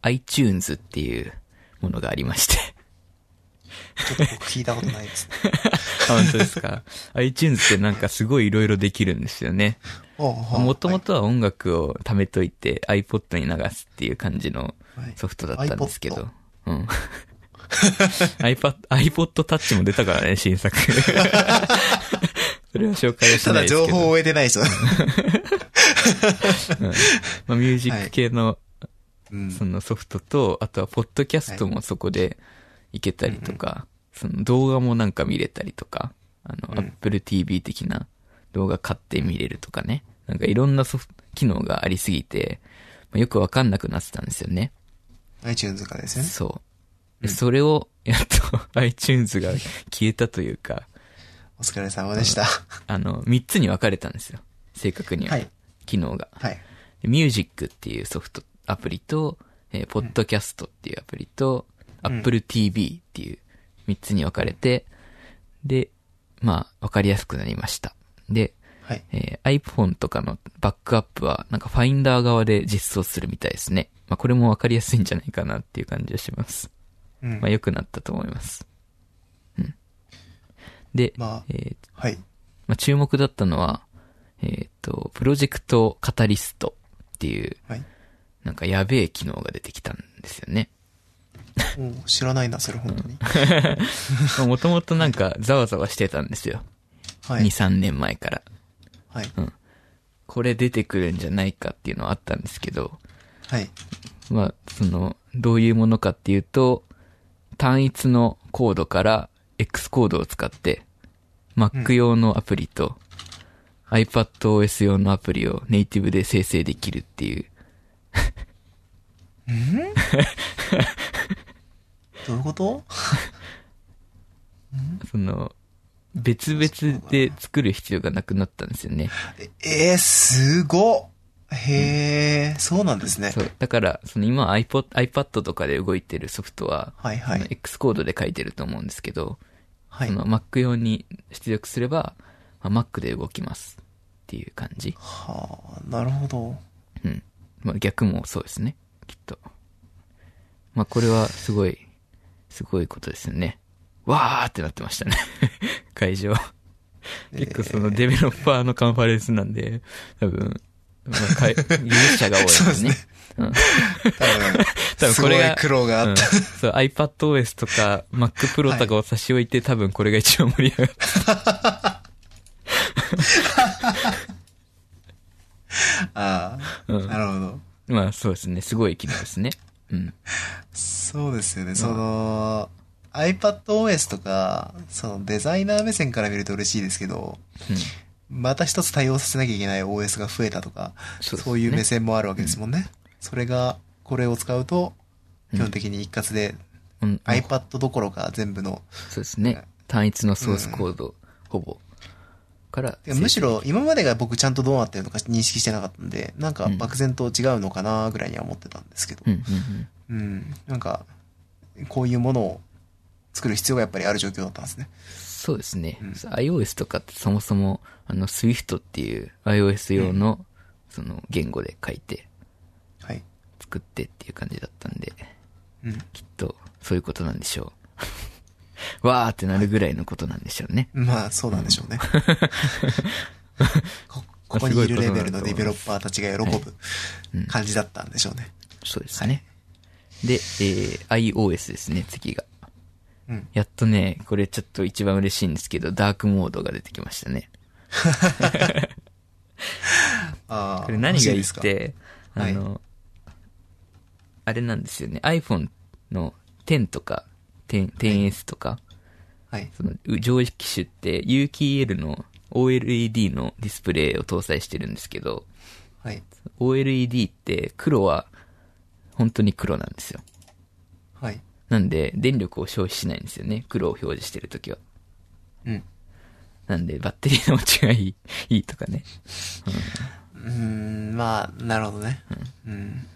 iTunes っていうものがありまして。
ちょっと僕聞いたことない ですね。
あ、本当ですか。iTunes ってなんかすごい色々できるんですよね。も
も
ともとは音楽を貯めといて iPod に流すっていう感じの
はい
ソフトだったんですけど。うん。iPad、iPod Touch も出たからね、新作。それは紹介はしたない
だ
ですけ
情
ど。
報を得て ない人。
まあ、ミュージック系の
うん
そのソフトと、あとはポッドキャストもそこでいけたりとか、その動画もなんか見れたりとか、あの、
うん
Apple TV 的な動画買って見れるとかね。なんかいろんなソフト、機能がありすぎて、まあよくわかんなくなってたんですよね。
iTunes からですよね。
そう。それを、やっと iTunes が消えたというか、
お疲れ様でした。は
あの、3つに分かれたんですよ。正確には。
い。
機能が。
はい。
でミュージックっていうソフト、アプリと、えーポッドキャストっていうアプリと、
ん
Apple TV っていう3つに分かれて、で、まあ、分かりやすくなりました。で、
はい。
えー iPhone とかのバックアップは、なんかファインダー側で実装するみたいですね。まあ、これも分かりやすいんじゃないかなっていう感じがします。
うん
まあ、良くなったと思います。うん。で、
ま
えー
あ、はい。
まあ、注目だったのは、えっ、と、プロジェクトカタリストっていう、
はい。
なんかやべえ機能が出てきたんですよ ね。
おー知らないな、それ本当に。
もともとなんかざわざわしてたんですよ。
はい
2、。3年前から。
はい。
これ出てくるんじゃないかっていうのはあったんですけど、
はい。
まあ、その、どういうものかっていうと、単一のコードから X コードを使って、Mac 用のアプリと、iPadOS 用のアプリをネイティブで生成できるっていう、
どういうこと
その、別々で作る必要がなくなったんですよね。
ええー、すごっへえ、そうなんですね
そ。う。だから、その今 iPod、iPad とかで動いてるソフトは、
はいは
その
い。
X コードで書いてると思うんですけど、
はい
そ。の Mac 用に出力すれば、まあ Mac で動きますっていう感じ。
はあ、なるほど。
うん。まあ逆もそうですね。きっと。まあこれはすごい、すごいことですよね。わーってなってましたね。 会場。結構そのデベロッパーのカンファレンスなんで、多分、ま あ、かい利用者が多いですね。う
多
ん。
分、
多分これ
すご
が
い苦労があ
うん
った。
そう、iPadOS とか Mac Pro とかを差し置いて、多分これが一番盛り上がった。
ああ、
うん
なるほど。
まあそうですね。すごい機能ですね。うん。
そうですよね。その、iPadOS とか、そのデザイナー目線から見ると嬉しいですけど、
うん
また一つ対応させなきゃいけない OS が増えたとか、そうう,、
そですね
いう目線もあるわけですもんね。それが、これを使うと、基本的に一括で、
うん。
iPad どころか全部の、
そうですね。単一のソースコード、ほぼ。から、
てかむしろ今までが僕ちゃんとどうなってるのか認識してなかったんで、なんか
うん
漠然と違うのかなぐらいには思ってたんですけど
う、ん、うん、うん。
うん、なんか、こういうものを作る必要がやっぱりある状況だったんですね。
そうですね。
うん
iOS とかってそもそも、あの、Swift っていう iOS 用の、その、言語で書いて、
はい。
作ってっていう感じだったんで、
うん。
きっと、そういうことなんでしょう。 わーってなるぐらいのことなんでしょうね。
まあ、そうなんでしょう ね。こここにいるレベルのディベロッパーたちが喜ぶ
うん
感じだったんでしょうね。
そうですね。で、えー、iOS ですね、次が。
うん。
やっとね、これちょっと一番嬉しいんですけど、ダークモードが出てきましたね。
ああ。
これ何がいいっ
欲しです
て、
は
あ
い
の、あれなんですよね。iPhone の10とか、10 10S とか、
かはい。
そのう上機種って UKL の OLED のディスプレイを搭載してるんですけど、
はい。
OLED って黒は本当に黒なんですよ。
はい。
なんで、電力を消費しないんですよね。黒を表示してるときは。
うん。
なんで、バッテリーの持ちがい い、いいとかね。
うーん、まあ、なるほどね。うん。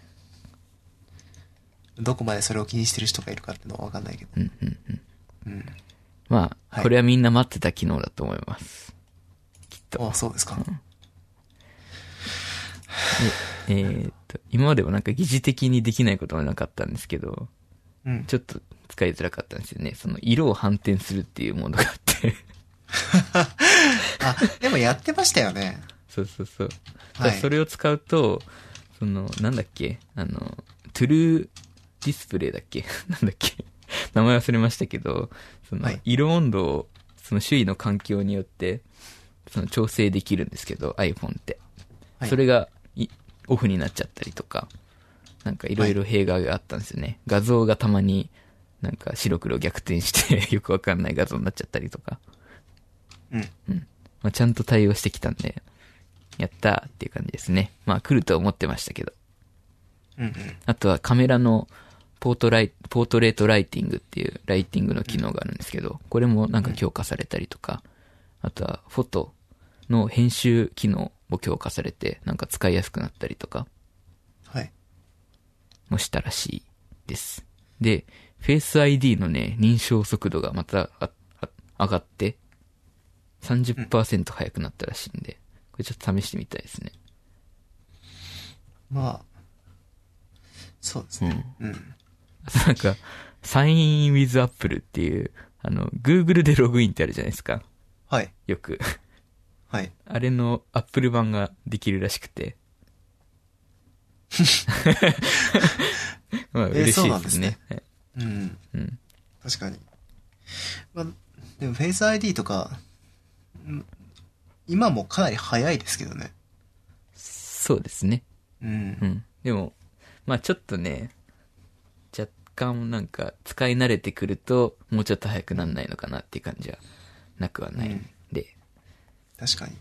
どこまでそれを気にしてる人がいるかっていうのはわかんないけど。
うんうんうん。
うん。
まあ、
はい
これはみんな待ってた機能だと思います。きっと。
ああ、そうですか。
でえーっと、今までもなんか疑似的にできないことはなかったんですけど、
うん。
ちょっと使いづらかったんですよね。その色を反転するっていうものがあって。
あ、でもやってましたよ ね。
そうそうそう。
はい
だからそれを使うと、その、なんだっけあの、トゥルーディスプレイだっけ なんだっけ名前忘れましたけど、その
はい、
色温度を、その周囲の環境によって、その調整できるんですけど、iPhone って。
はい
それがい、オフになっちゃったりとか、なんかいろいろ弊害があったんですよね。画像がたまに、なんか白黒逆転して よくわかんない画像になっちゃったりとか、
うん。
まあ、ちゃんと対応してきたんで、やったーっていう感じですね。まあ来ると思ってましたけど。
うんうん。
あとはカメラのポートライ、ポートレートライティングっていうライティングの機能があるんですけど、これもなんか強化されたりとか、あとはフォトの編集機能も強化されて、なんか使いやすくなったりとか
はい。
もしたらしいです。で、Face ID のね、認証速度がまたああ上がって、30%速くなったらしいんで、これちょっと試してみたいですね。
まあ、そうですね。うん。
なんか、サイン with Apple っていう、あの、Google でログインってあるじゃないですか。
はい。
よく。
はい。
あれの Apple 版ができるらしくて。 まあ、
えー
嬉し
そう
い
なん
で
ですす
ね
ね。うん。
うん。
確かに。まあ、でも Face ID とか、うん今もかなり早いですけどね。
そうですね。
うん
う。ん。でも、まあちょっとね、若干なんか使い慣れてくると、もうちょっと早くなんないのかなっていう感じはなくはないんで。
確かに。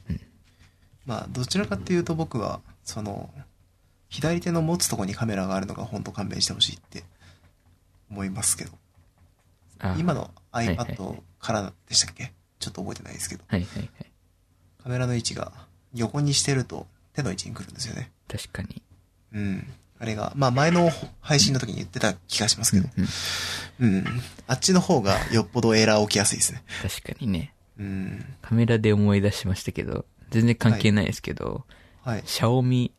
まあ、どちらかっていうと僕は、その、左手の持つとこにカメラがあるのが本当勘弁してほしいって思いますけど。
あー
今。の
いはいはい
iPad からでしたっけちょっと覚えてないですけど。
はいはいはい。
カメラの位置が横にしてると手の位置に来るんですよね。
確かに。
うん。あれが、まあ前の配信の時に言ってた気がしますけど。
うんうん
うん。あっちの方がよっぽどエラー起きやすいですね。
確かにね。
うん。
カメラで思い出しましたけど、全然関係ないですけど、
はい。
シャオミ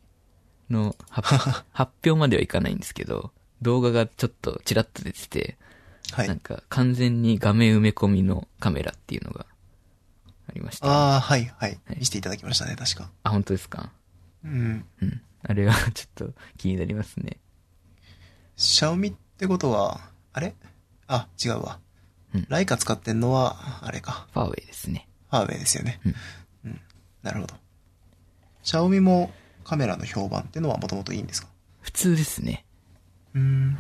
の発 発表まではいかないんですけど、動画がちょっとチラッと出てて、
は
なん
い。
か完全に画面埋め込みのカメラっていうのがありましたね、あ
ああ、はい、はい
はい。
見せていただきましたね、確か。
本当ですか
うん。
うん。あれはちょっと気になりますね。
シャオミってことは、あれあ、違うわ
うん。
ライカ使ってんのは、あれか。
ファーウェイですね。
ファーウェイですよね。
うん
うん。なるほど。シャオミもカメラの評判ってのはもともといいんですか
普通ですね。
うん。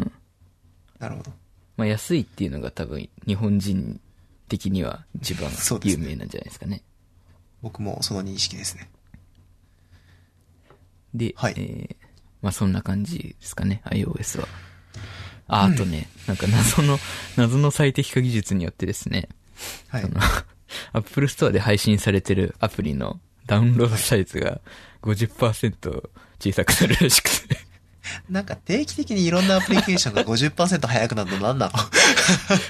なるほど。
まあ安いっていうのが多分日本人的には一番
そうで
有
すね
名なんじゃないですかね。
僕もその認識ですね。
で、
はい
えーまあそんな感じですかね、iOS は。あ、あとね、なんか謎の、謎の最適化技術によってですね、
はい
あ。の、Apple Store で配信されてるアプリのダウンロードサイズが50%小さくなるらしく て、
なんか定期的にいろんなアプリケーションが50%早くなるの何な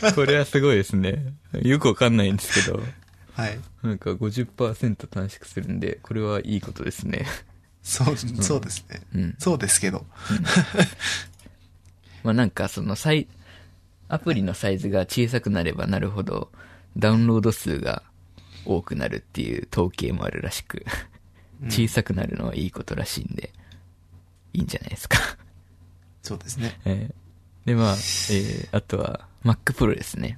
の
これはすごいですね。よくわかんないんですけど、
はい。
なんか50%短縮するんで、これはいいことですね。
そう、そうですね。
うん
そうですけど。
まあなんかそのサイ、アプリのサイズが小さくなればなるほど、ダウンロード数が多くなるっていう統計もあるらしく、小さくなるのはいいことらしいんで、いいんじゃないですか。
そうですね。
えーで、まあ、えーあとは Mac Pro ですね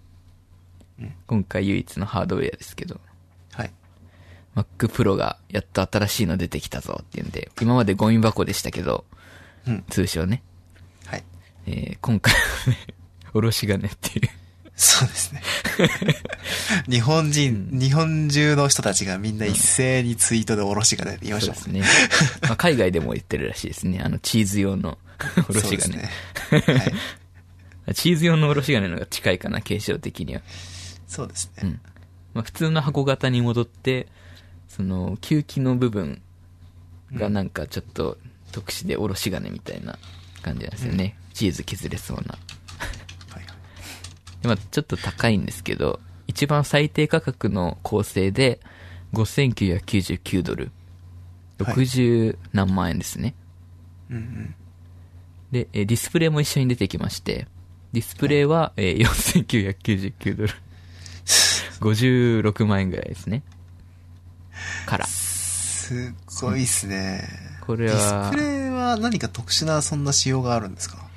うん。
今回唯一のハードウェアですけど、
はい。
Mac Pro がやっと新しいの出てきたぞっていうんで、今までゴミ箱でしたけど、
うん。
通称ね、
はい。
えー今回はね、 おろし金っていう。
そうです ね。日本人、日本中の人たちがみんな一斉にツイートでおろしが出て言いまし
そ
た
う
も
で
ん
すね。まあ、海外でも言ってるらしいですね。あの、チーズ用 のおろし金、
そうですね。 はい。
チーズ用のおろし金の方が近いかな、形状的には。
そうです
う
ね。
ん。まあ、普通の箱型に戻って、その、吸気の部分がなんかちょっと特殊でおろし金みたいな感じなんですよね。チーズ削れそうな。
はいはい。
でまあ、ちょっと高いんですけど、一番最低価格の構成で、5999ドル。
はい
60何万円ですね。
うんうん。
で、えーディスプレイも一緒に出てきまして、ディスプレイは、えー4999ドル。56万円ぐらいですね。から。
すごいですね。
これは
ディスプレイは何か特殊なそんな仕様があるんですか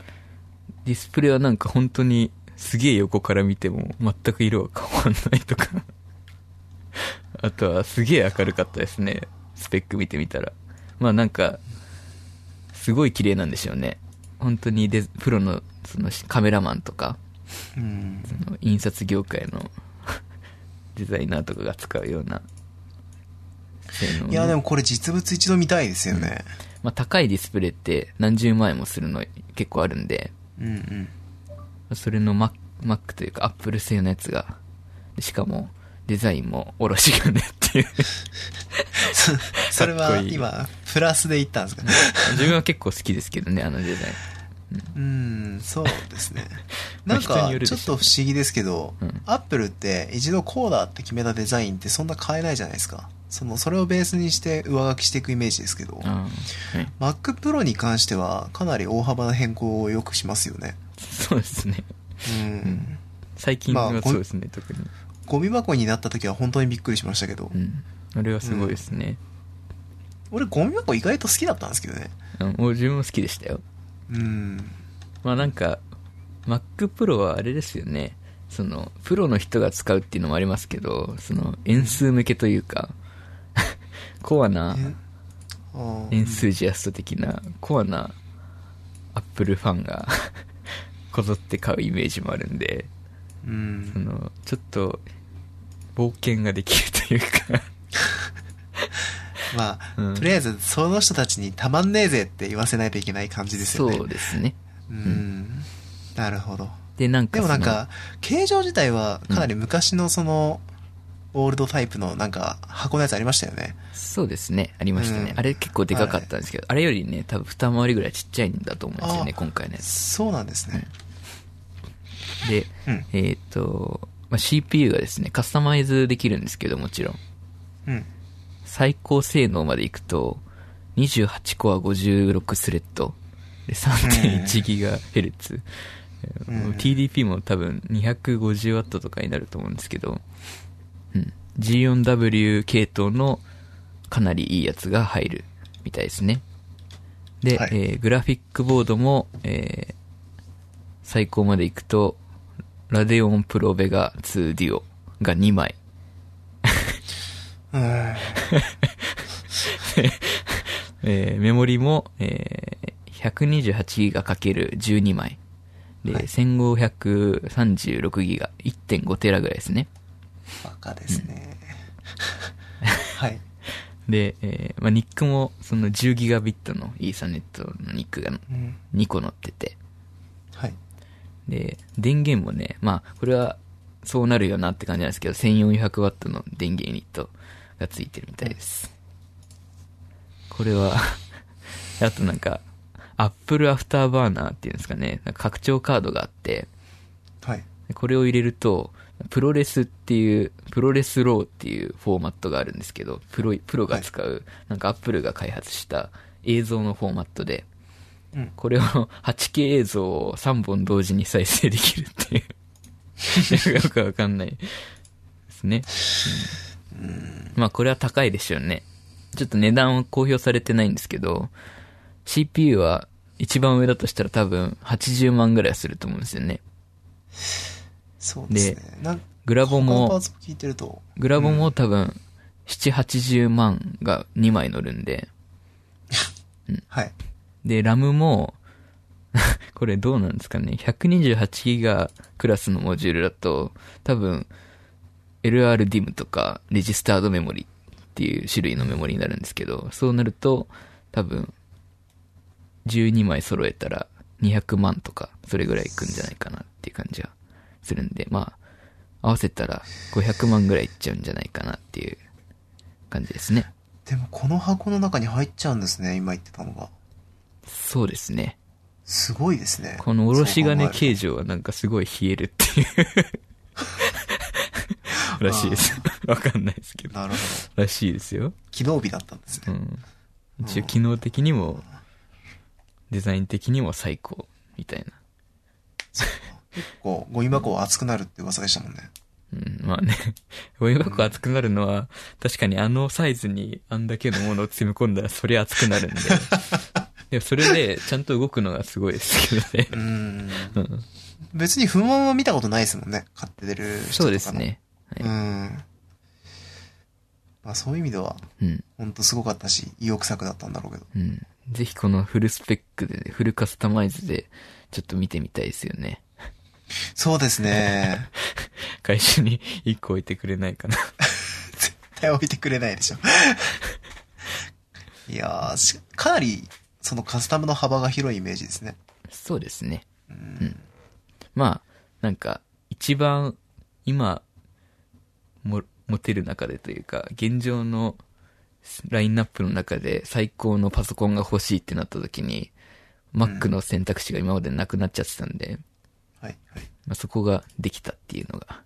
ディスプレイはなんか本当にすげえ横から見ても全く色が変わんないとか。 あとはすげえ明るかったですね。スペック見てみたら。まあなんか、すごい綺麗なんでしょうね。本当にデプロのそのカメラマンとか、
うん。
その印刷業界の デザイナーとかが使うような性能の
いや、でもこれ実物一度見たいですよね。
まあ、高いディスプレイって何十万円もするの結構あるんで
うんうん。
それの Mac, Mac というか Apple 製のやつがでしかもデザインもおろし金っ ていう
そ それ
かっ
は
こいい
今、プラスで言ったんですか
自分は結構好きですけどねあのデザイ
うん、そうです ね。
ま
な
あ
ん
人
か、
によるで
ち
しょ
ょ
う
っ
ね
と不思議ですけど
うん、
アップルって一度こうだって決めたデザインってそんな変えないじゃないですか。その、それをベースにして上書きしていくイメージですけど
ン、ああはい
Mac Pro に関してはかなり大幅な変更をよくしますよね。
そうですね
うん。
最近
ま
は
あこん
そうですね、特に
ゴミ箱になった時は本当にびっくりしましたけど
う、んあれはすごいですね、
俺ゴミ箱意外と好きだったんですけどね。
うん、もう自分も好きでしたよ
うん。
まあなんか MacPro はあれですよねそのプロの人が使うっていうのもありますけどその円数向けというか コアな
えあー
エンスージアスト的なコアなアップルファンが こぞって買うイメージもあるんで
う
そ
ん。
のちょっと冒険ができるというか
まあ、
うん
とりあえずその人たちにたまんねえぜって言わせないといけない感じですよね。
そうですね
うん、なるほど。
でなんか
でもなん
その
か、形状自体はかなり昔のその、オールドタイプのなんか箱のやつありましたよね。
そうですねありましたね、
うん
あれ結構でかかったんですけど、あれよりね多分二回りぐらいちっちゃいんだと思うんですよね
あ
今回のやつ
そうなんですね。
で、
うん
えっ、と、まあ、CPU がですね、カスタマイズできるんですけどもちろん、
うん。
最高性能までいくと、28コア56スレッド、で3.1ギガヘルツ、
うん
もう TDP も多分250ワットとかになると思うんですけど、うん、G4W 系統のかなりいいやつが入るみたいですね。で、
はい
えーグラフィックボードも、えー最高までいくと、ラデオンプロベガ2デュオが2枚。
うん。
えーメモリも、えー、128GB×12 枚。で、
はい
1536GB、1.5テラぐらいですね。
バカです ね。はい。
で、えーまあ、ニックも、その 10GB のイーサネットのニックが
うん。
2個載ってて。
はい。
で、電源もね、まあ、これは、そうなるよなって感じなんですけど、1400W の電源ユニットがついてるみたいです。これは、 あとなんか、Apple Afterburner っていうんですかね、なんか拡張カードがあって、
はい。
これを入れると、プロレスっていう、プロレスローっていうフォーマットがあるんですけど、プロ、プロが使う、なんか Apple が開発した映像のフォーマットで、
うん。
これを 8K 映像を3本同時に再生できるっていう。よ くわかんないですね。うんまあこれは高いでしょうね。ちょっと値段は公表されてないんですけど、CPU は一番上だとしたら多分80万ぐらいはすると思うんですよね。
そうですね。なんか、
グラボ
他のパー
も、
ツも聞いてると、
グラボも多分7、80万が2枚乗るんで、
はい。
で、ラムも、 これどうなんですかね。128ギガクラスのモジュールだと、多分、LRDIM とか、レジスタードメモリっていう種類のメモリになるんですけど、そうなると、多分、12枚揃えたら200万とか、それぐらいいくんじゃないかなっていう感じがするんで、まあ、合わせたら500万ぐらいいっちゃうんじゃないかなっていう感じですね。
でもこの箱の中に入っちゃうんですね、今言ってたのが。
そうですね。
すごいですね。
このおろし
そう
金
考えると
形状はなんかすごい冷えるっていう。らしい です。わかんないですけど。
なるほど。
らしいですよ。
昨日日だったんですね。
うん。一応機能的にも、デザイン的にも最高、みたいな。
結構、ゴミ箱は熱くなるって噂でしたもんね。
うん、まあね。 ゴミ箱熱くなるのは、確かにあのサイズにあんだけのものを詰め込んだらそりゃ熱くな るんで。でもそれでちゃんと動くのがすごいですけど ね。
うーん。
うん、
別に不満は見たことないですもんね。買って出る人とかの
そうです。ね。
うーん。まあそういう意味では、
うん。
ほんとすごかったし、意欲作だったんだろうけど。
うん。ぜひこのフルスペックで、フルカスタマイズで、ちょっと見てみたいですよね。
そうです ね。
会社に1個置 いてくれないかな。
絶対置いてくれないでしょ。いやーしかなり、そのカスタムの幅が広いイメージですね。
そうですね。
うん。
まあ、なんか、一番、今、も、持てる中でというか、現状のラインナップの中で最高のパソコンが欲しいってなった時に、Mac の選択肢が今までなくなっちゃってたんで、
はい、はい。
まあ、そこができたっていうのが。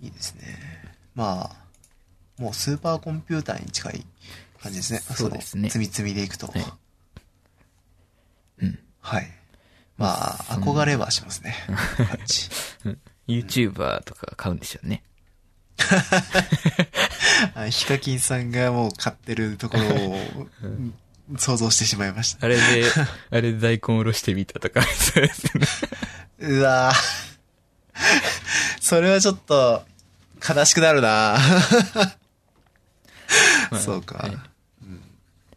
いいですね。まあ、もうスーパーコンピューターに近い感じですね。
そうですね
その積み積みでいくと。
いうん。
はい。まあ、憧れはしますね。感 じ
YouTuber とか買うんでしょうね。
あヒカキンさんがもう買ってるところをうん想像してしまいました。
あれ で、あれで大根おろしてみたとか、そうですね。
うわぁ。 それはちょっと、悲しくなる なぁそうか。
はい
うん、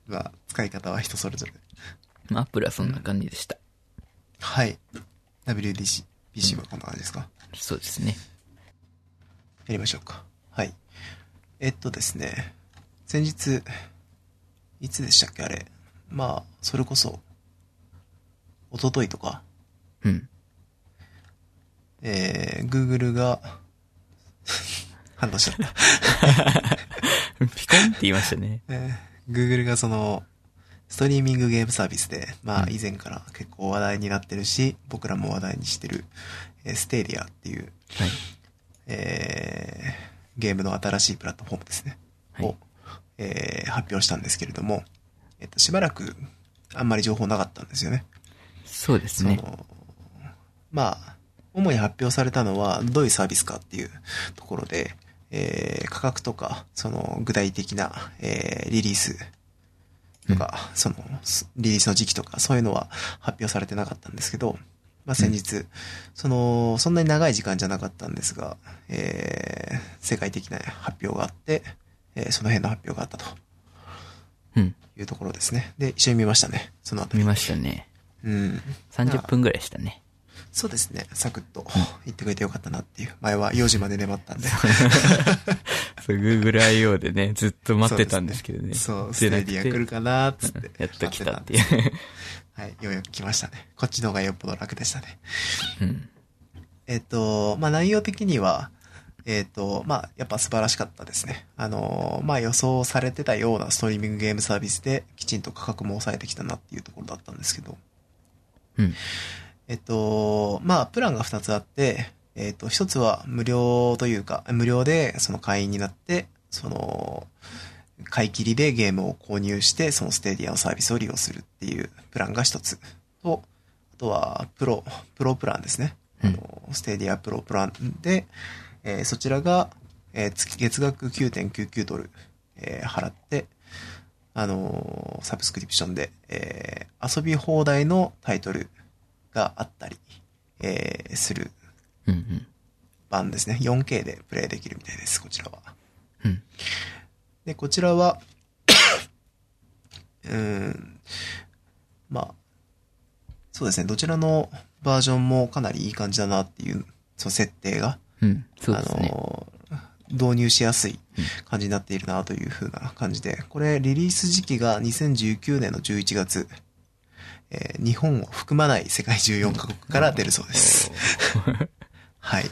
まあ、使い方は人それぞれ。
まあ、アップルはそんな感じでした。
はい。WDC、PC はこんな感じですか、
そうですね。
やりましょうか。はい。えっとですね、先日、いつでしたっけあれ。まあ、それこそ、一昨日とか、
うん。
えー、Google が、 反応しちゃった。
ピコンって言いましたね。
えー Google がその、ストリーミングゲームサービスで、まあ以前から結構話題になってるし、僕らも話題にしてる、えー、ステディアっていう、
はい。
えーゲームの新しいプラットフォームですね。
はい
を、えー発表したんですけれども、えっと、しばらくあんまり情報なかったんですよね。
そうで
そ
す
の、
ね。
まあ、主に発表されたのはどういうサービスかっていうところで、えー価格とか、その具体的な、えーリリースとか、その、すリリースの時期とか、そういうのは発表されてなかったんですけど、まあ先日、その、そんなに長い時間じゃなかったんですが、えー世界的な発表があって、えーその辺の発表があったと
うん。
いうところですね。で、一緒に見ましたね、その後。
見ましたね。
うん。
30分ぐらいでしたね。
そうですね。サクッと言ってくれてよかったなっていう。前は4時まで粘ったんで。
そう、Google I.O. でね、ずっと待ってたんですけどね。
そう、ス
出な
テ
く
デ
て
ィア来るかなっつって。
やっと来たっ
待
てい
て
う。
たんで。はい、ようやく来ましたね。こっちの方がよっぽど楽でしたね。
うん。
えっと、まあ、内容的には、えっと、まあ、やっぱ素晴らしかったですね。あの、まあ、予想されてたようなストリーミングゲームサービスで、きちんと価格も抑えてきたなっていうところだったんですけど。
うん。
えっと、まあ、プランが2つあって、えっと、1つは無料というか、無料でその会員になって、その、買い切りでゲームを購入して、そのステディアのサービスを利用するっていうプランが1つ。と、あとは、プロ、プロプランですね。
うん
あの、ステディアプロプランで、えーそちらが、えー月、月額9.99ドル、えー払って、あのーサブスクリプションで、えー遊び放題のタイトルがあったり、えーする
うんうん。
版ですね。4K でプレイできるみたいです、こちらは。
うん。
で、こちらは、 うーん、まあ、そうですね、どちらのバージョンもかなりいい感じだなっていう、その設定が、
うん。そうですね。
あのー、導入しやすい感じになっているなというふうな感じで、これリリース時期が2019年の11月、えー日本を含まない世界14カ国から出るそうです。はい。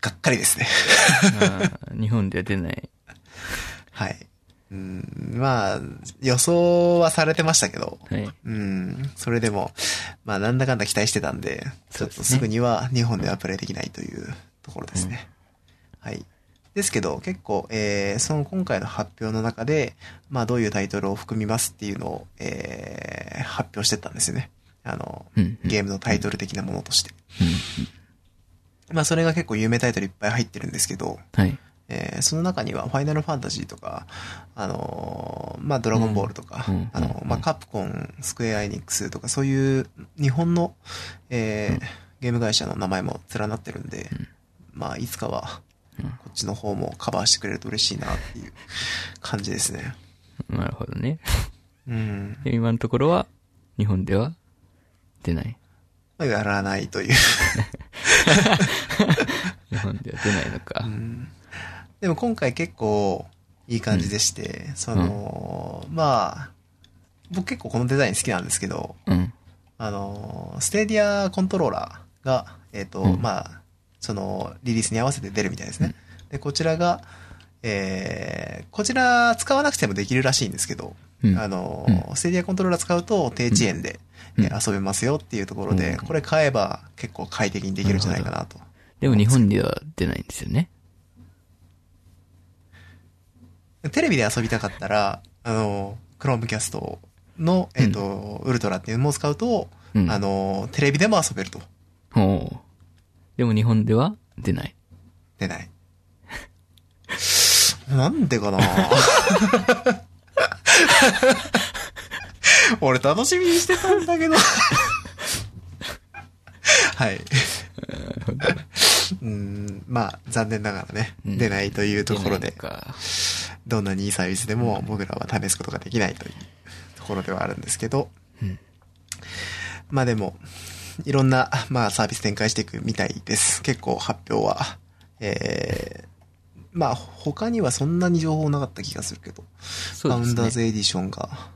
がっかりですね。
あー日本では出ない。
はい。うん、まあ、予想はされてましたけど、
はい。
うん、それでも、まあ、なんだかんだ期待してたんで、ち
そ
ょっ
うですね
とすぐには日本ではプレイできないというところですね。はい。ですけど、結構、えー、その今回の発表の中で、まあ、どういうタイトルを含みますっていうのを、えー、発表してたんですよね。あの、
うんうん
ゲームのタイトル的なものとして。
うん
まあ、それが結構有名タイトルいっぱい入ってるんですけど、
はい。
えーその中には、ファイナルファンタジーとか、あのーまあ、ドラゴンボールとか、
うんうん
あのーまあ、カプコン、スクエアエニックスとか、そういう日本の、えーゲーム会社の名前も連なってるんで、まあ、いつかは、
うん
こっちの方もカバーしてくれると嬉しいなっていう感じですね。
なるほどね。
うん。
で今のところは、日本では出ない。
まあやらないという。
日本では出ないのか。
でも今回結構いい感じでして、その、まあ、僕結構このデザイン好きなんですけど、
うん。
あの、ステディアコントローラーが、えっ、と、
うん
まあ、その、リリースに合わせて出るみたいですね。で、こちらが、えー、こちら使わなくてもできるらしいんですけど、
うん
あの、ステディアコントローラー使うと低遅延で、
うん
えー遊べますよっていうところで、
うん
これ買えば結構快適にできるんじゃないかなと。
でも日本では出ないんですよね。
テレビで遊びたかったら、あの、Chromecast の、えっ、と、ウルトラっていうのも使うと、
うん
あの、テレビでも遊べると。
ほう。でも日本では出ない。
出ない。なんでかな 俺楽しみにしてたんだけど。はい。うん、まあ、残念ながらね、
うん
出ないというところで
出、ないのか
どんなにいいサービスでも僕らは試すことができないというところではあるんですけど、
うん
まあでも、いろんな、まあサービス展開していくみたいです。結構発表は。えー、まあ他にはそんなに情報なかった気がするけど、フ
そ
ァ
うで
ウ
す
ンダー
ね。
ズエディションが、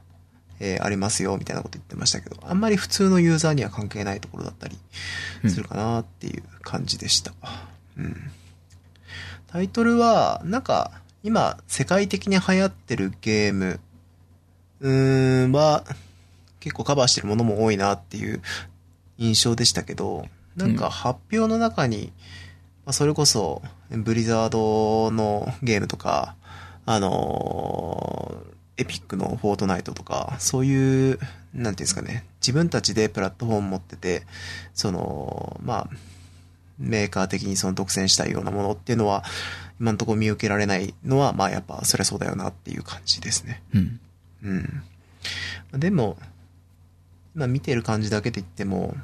えーありますよみたいなこと言ってましたけど、あんまり普通のユーザーには関係ないところだったりするかなっていう感じでした。うん。タイトルは、なんか、今、世界的に流行ってるゲーム、うーん、は、結構カバーしてるものも多いなっていう印象でしたけど、なん
う
か発表の中に、まあそれこそ、ブリザードのゲームとか、あのーエピックのフォートナイトとか、そういう、なんていうんですかね、自分たちでプラットフォーム持ってて、その、まあ、メーカー的にその独占したいようなものっていうのは、今のところ見受けられないのは、まあやっぱそりゃそうだよなっていう感じですね。
うん。
うん。でも、今見てる感じだけで言っても、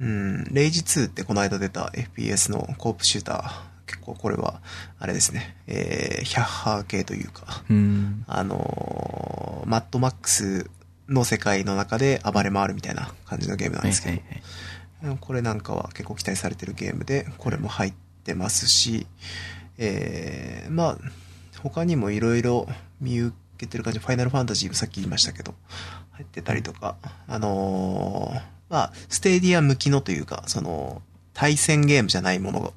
うん、レイジ2ってこの間出た FPS のコープシューター、結構これは、あれですね、えー、ヒャッハー系というか、
うん。
あのーマッドマックスの世界の中で暴れ回るみたいな感じのゲームなん
はい
ですけ
は
ど
い、はい。
うんこれなんかは結構期待されてるゲームで、これも入ってますし、えー、まあ、他にもいろいろ見受けてる感じ、ファイナルファンタジーもさっき言いましたけど、入ってたりとか、あのーまあ、ステディア向きのというか、その、対戦ゲームじゃないもの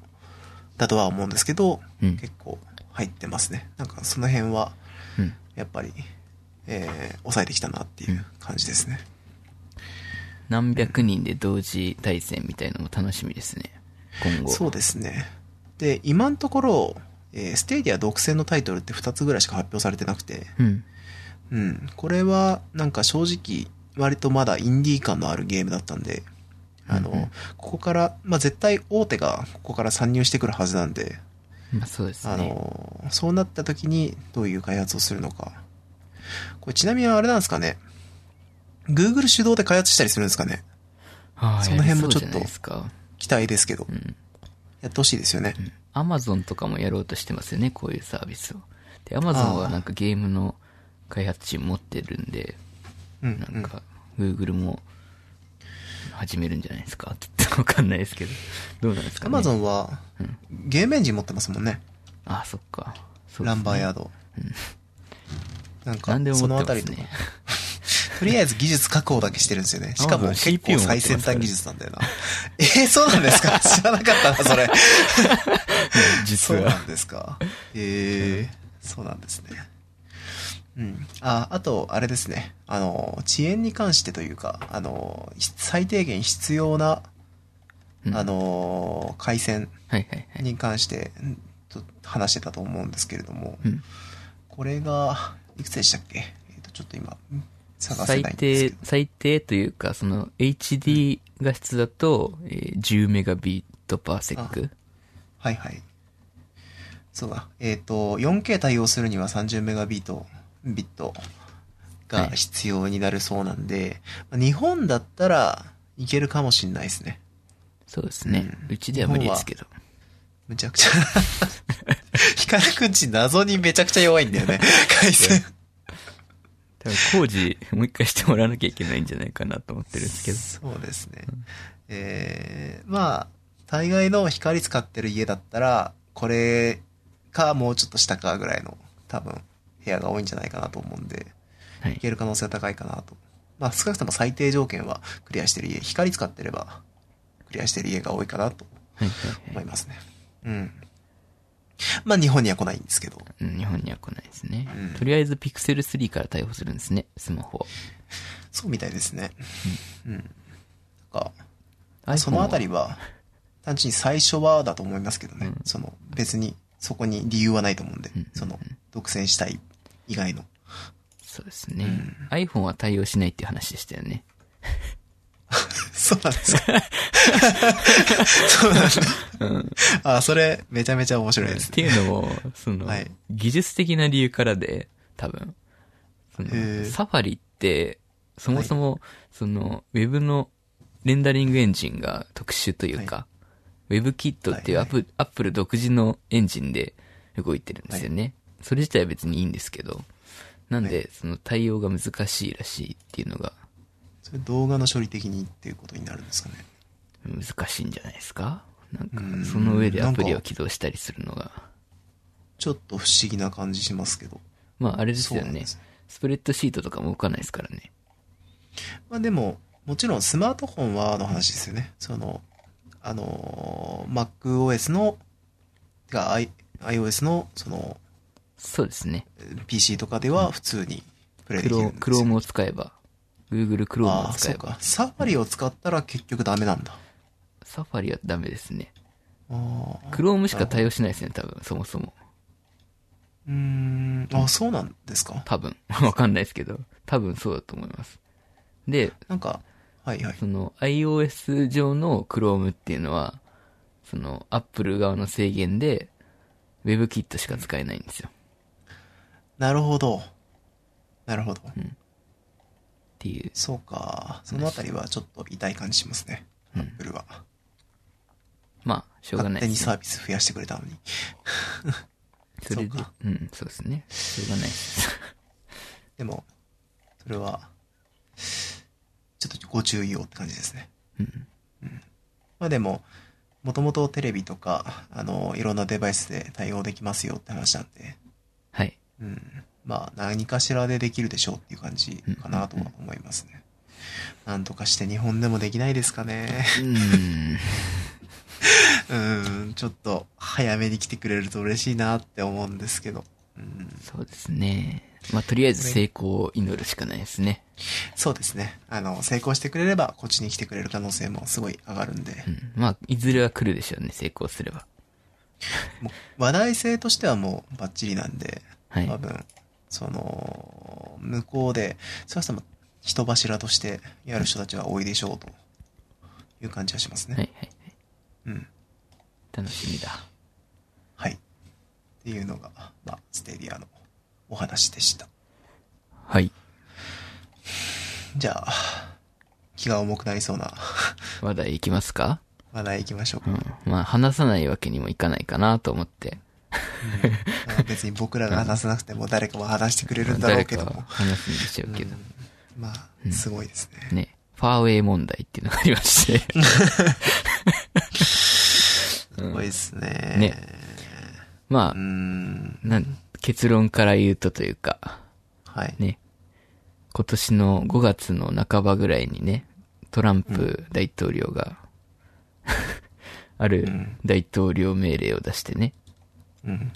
だとは思うんですけど、
うん
結構入ってますね。なんかその辺は、
うん。
やっぱり、えー、抑えてきたなっていう感じですね。
何百人で同時対戦みたいなのも楽しみですね。今後。
そうですね。で、今のところ、えーステーディア独占のタイトルって2つぐらいしか発表されてなくて、
うん。
うん、これはなんか正直、割とまだインディー感のあるゲームだったんで、あの、
うんうん
ここから、まあ、絶対大手がここから参入してくるはずなんで、
まあそうです
あ
ね。
の、そうなった時にどういう開発をするのか。これちなみにあれなんですかね、Google 主導で開発したりするんですかね
ああ
その辺も
やりそう
ちょっと
じゃないですか。
期待ですけど
う、ん。
やってほしいですよね。
アマゾンとかもやろうとしてますよね、こういうサービスを。で、アマゾンはなんかゲームの開発チーム持ってるんで、
うん、
な
うんん。
か、Google も始めるんじゃないですかちょっとわかんないですけど。どうなんですか
ア
ね。
マゾンは
うん、
ゲームエンジン持ってますもんね。
あそっか。そうですね
ランバーヤード。なんか
何で、も持
そのあ
って
た
ま
り
す
とか
ね。。
とりあえず技術確保だけしてるんですよね。しかも
Amazon
結
CPU
構
も持
最
ってますから
先端技術なんだよな。 えー、そうなんです か知らなかったな、それ。
実
そう
は
な。んですか。えー、そうなんですね。うん。あ、あと、あれですね。あの、遅延に関してというか、あの、ひ最低限必要な、
うん
あの、回線
はいはいはい。
に関して、うんちょっと話してたと思うんですけれども、
うん。
これが、いくつでしたっけえっ、と、ちょっと今、探せ
最
ないんですけ
低
ど、。
最低というか、その HD 画質だと、えー10メガビートパーセック。
はいはい。そうだ。えっ、と、4K 対応するには 30MB ビットが必要になるそうなんで、まあ日本だったらいけるかもしんないですね。
そうですね。
うん
うちでは無理ですけど。
むちゃく ちゃ。光くんち謎にめちゃくちゃ弱いんだよね。回線。
多分工事、もう一回してもらわなきゃいけないんじゃないかなと思ってるんですけど。
そうですね。えー、まあ、大概の光使ってる家だったら、これかもうちょっと下かぐらいの多分部屋が多いんじゃないかなと思うんで、
はいい。
ける可能性は高いかなと。まあ少なくとも最低条件はクリアしてる家、光使ってればクリアしてる家が多いかなと
はいはい
思
はい
ますね。うん。まあ日本には来ないんですけど。
いうん。日本には来ないですね
うん。
とりあえずピクセル3から対応するんですね、スマホを。
そうみたいですね。うん。なんか、
iPhone
そのあたりは、単純に最初はだと思いますけどね。
うん
その、別に、そこに理由はないと思うんで、
うん
その、独占したい以外の。
そうですね。iPhone は対応しないっていう話でしたよね。
そうなん ですかそうなんだ。あ、それ、めちゃめちゃ面白いで
っ
すね。
ていうのも、その、
はい
技術的な理由からで、多分。その
へー
サファリって、そもそも、その、ウェブのレンダリングエンジンが特殊というか、WebKit っていうア
はい
ップ、アップル独自のエンジンで動いてるんですよね。それ自体は別にいいんですけど、なんで、その対応が難しいらしいっていうのが
それ動画の処理的にっていうことになるんですかね。
難しいんじゃないですかなん
うん
か、その上でアプリ
なん
を
か
起動したりするのが。
ちょっと不思議な感じしますけど。
まあ、あれですよ
そうなん
ね
です。
スプレッドシートとかも動かないですからね。
まあでも、もちろんスマートフォンはの話ですよね。その、あのー、MacOS の、てか、I、iOS の、その、
そうですね。
えー PC とかでは普通にプレイ
ク
でき
ロ
るん
ー、
ですよ。
クロームを使えば、Google クローム
あ
を
あ、
使
そ
え
う
ば
か、。サファリを使ったら結局ダメなんだ。
サファリはダメですね。
ああ。
クロームしか対応しないですね、多分、そもそも。
うーん、あそうなんですか。
多分。 わかんないですけど、多分そうだと思います。で、
なんか、はいはい。
その iOS 上の Chrome っていうのは、その Apple 側の制限で、WebKit しか使えないんですよ。
なるほど。なるほど。
っていう。
そうか。そのあたりはちょっと痛い感じしますね。
うん
Apple は。
まあ、しょうがな
勝
いで
手
す、
に
ね。
サービス増やしてくれたのに。
それで
そうか
うん、そうですね。しょうがないです。
でも、それは、ちょっとご注意をって感じですね。
うん。
まあでも、もともとテレビとか、あの、いろんなデバイスで対応できますよって話なんで、
はい。
うん。まあ、何かしらでできるでしょうっていう感じかなとは思いますね。なんとかして日本でもできないですかね。
うーん。
うん、ちょっと早めに来てくれると嬉しいなって思うんですけど。うん、
そうですね。まあ、とりあえず成功を祈るしかないですね。
そうですね。あの、成功してくれれば、こっちに来てくれる可能性もすごい上がるんで
う、ん。まあ、いずれは来るでしょうね、成功すれば。
もう話題性としてはもうバッチリなんで、
はい
多。分、その、向こうで、そもそも人柱としてやる人たちは多いでしょうという感じはしますね。
はいはい。
うん。
楽しみだ。
はい。っていうのが、まあ、ステディアのお話でした。
はい。
じゃあ、気が重くなりそうな
話題いきますか
話題行きましょう
う
か。
ん。まあ、話さないわけにもいかないかなと思って。
あの別に僕らが話さなくても誰かは話してくれるんだろう
誰
け
か
ど
は
も。
話すんでしょうけど。
まあ、すごいですね。
ね。ファーウェイ問題っていうのがありまして。
すごいですね。
ねま
うー
あ、
ん。
なん結論から言うとというか、
はい。
ね、今年の5月の半ばぐらいにね、トランプ大統領が、 ある
ん
大統領命令を出してね、
うん。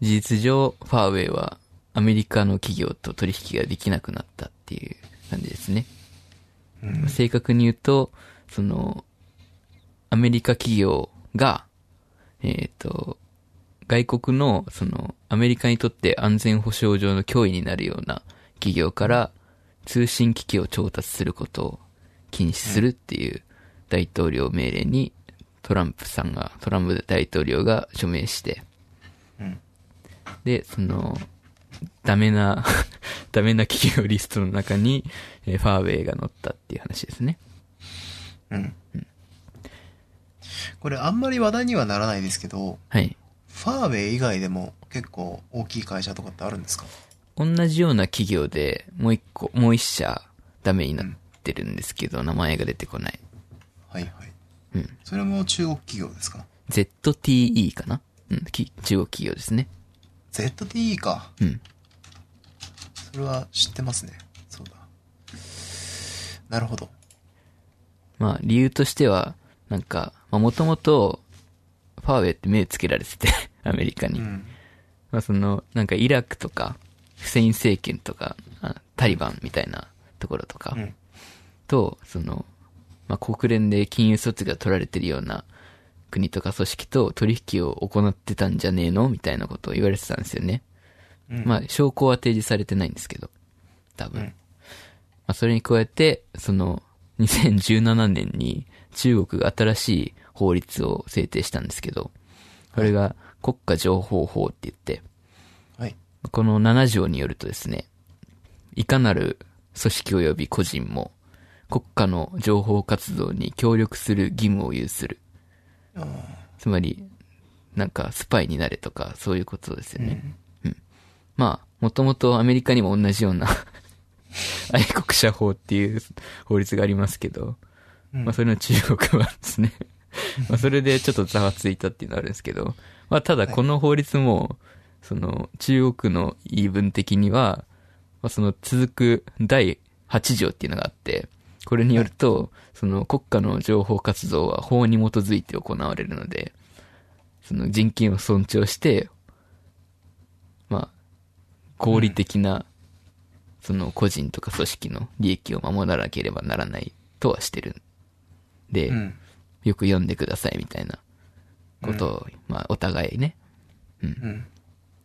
事実上、ファーウェイはアメリカの企業と取引ができなくなったっていう感じですね。
うん
正確に言うと、その、アメリカ企業が、えっ、と、外国の、その、アメリカにとって安全保障上の脅威になるような企業から通信機器を調達することを禁止するっていう大統領命令にトランプさんが、トランプ大統領が署名して、
うん
で、その、ダメな、 ダメな企業リストの中に、えーファーウェイが載ったっていう話ですね。
うん。これあんまり話題にはならないですけど、
はい。
ファーウェイ以外でも結構大きい会社とかってあるんですか
同じような企業で、もう一個、もう一社ダメになってるんですけど、名前が出てこない。
はいはい。
うん。
それも中国企業ですか
ZTE かなうん、き中国企業ですね。
?ZTE か。
うん。
それは知ってますね。そうだ。なるほど。
まあ、理由としては、なんか、まあ、もともと、ファーウェイって目つけられてて、 アメリカに。
うん。
まあ、その、なんかイラクとか、フセイン政権とか、あタリバンみたいなところとか、
うん。
と、その、まあ、国連で金融措置が取られてるような国とか組織と取引を行ってたんじゃねえのみたいなことを言われてたんですよね。
うん
まあ、証拠は提示されてないんですけど、多分。
うん
まあ、それに加えて、その、2017年に中国が新しい法律を制定したんですけど、これが国家情報法って言って、
はい。
この7条によるとですね、いかなる組織及び個人も国家の情報活動に協力する義務を有する。
あー
つまり、なんかスパイになれとかそういうことですよね。うん。まあ、もともとアメリカにも同じような 愛国者法っていう法律がありますけど、
うん
まあそれの中国版で すね。まあそれでちょっとざわついたっていうのはあるんですけど、まあただこの法律も、その中国の言い分的には、まあその続く第8条っていうのがあって、これによると、その国家の情報活動は法に基づいて行われるので、その人権を尊重して、まあ、合理的な、その個人とか組織の利益を守らなければならないとはしてる。で、
うん。
よく読んでくださいみたいなことを、まあ、お互いね。
うん。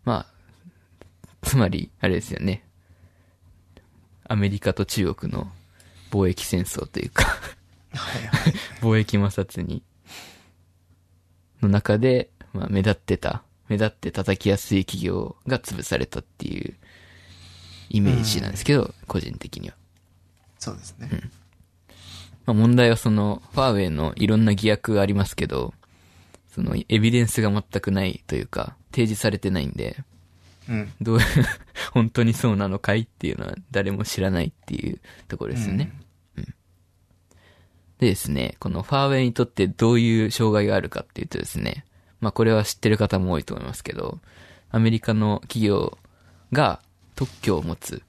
まあ、つまり、あれですよね。アメリカと中国の貿易戦争というか、
はいはい。
貿易摩擦に、の中で、まあ、目立ってた、目立って叩きやすい企業が潰されたっていうイメージなんですけど、個人的には。
そうですね。
まあ、問題はその、ファーウェイのいろんな疑惑がありますけど、その、エビデンスが全くないというか、提示されてないんで、
うん。
どう、 本当にそうなのかいっていうのは誰も知らないっていうところですよね。でですね、このファーウェイにとってどういう障害があるかっていうとですね、まあこれは知ってる方も多いと思いますけど、アメリカの企業が特許を持つ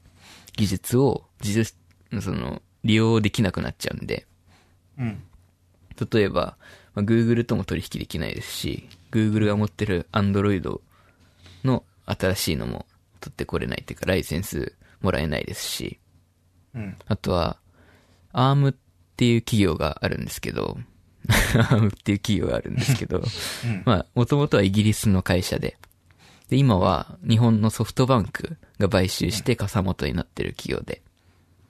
技術を自助し、その、利用できなくなっちゃうんで、
うん。うん。
例えば、まあ、Google とも取引できないですし、Google が持ってる Android の新しいのも取ってこれないというか、ライセンスもらえないですし、
うん。
あとは、ARM っていう企業があるんですけど、ARM っていう企業があるんですけど、
うん。
まあ、もともとはイギリスの会社で、で、今は日本のソフトバンクが買収して傘元になってる企業で、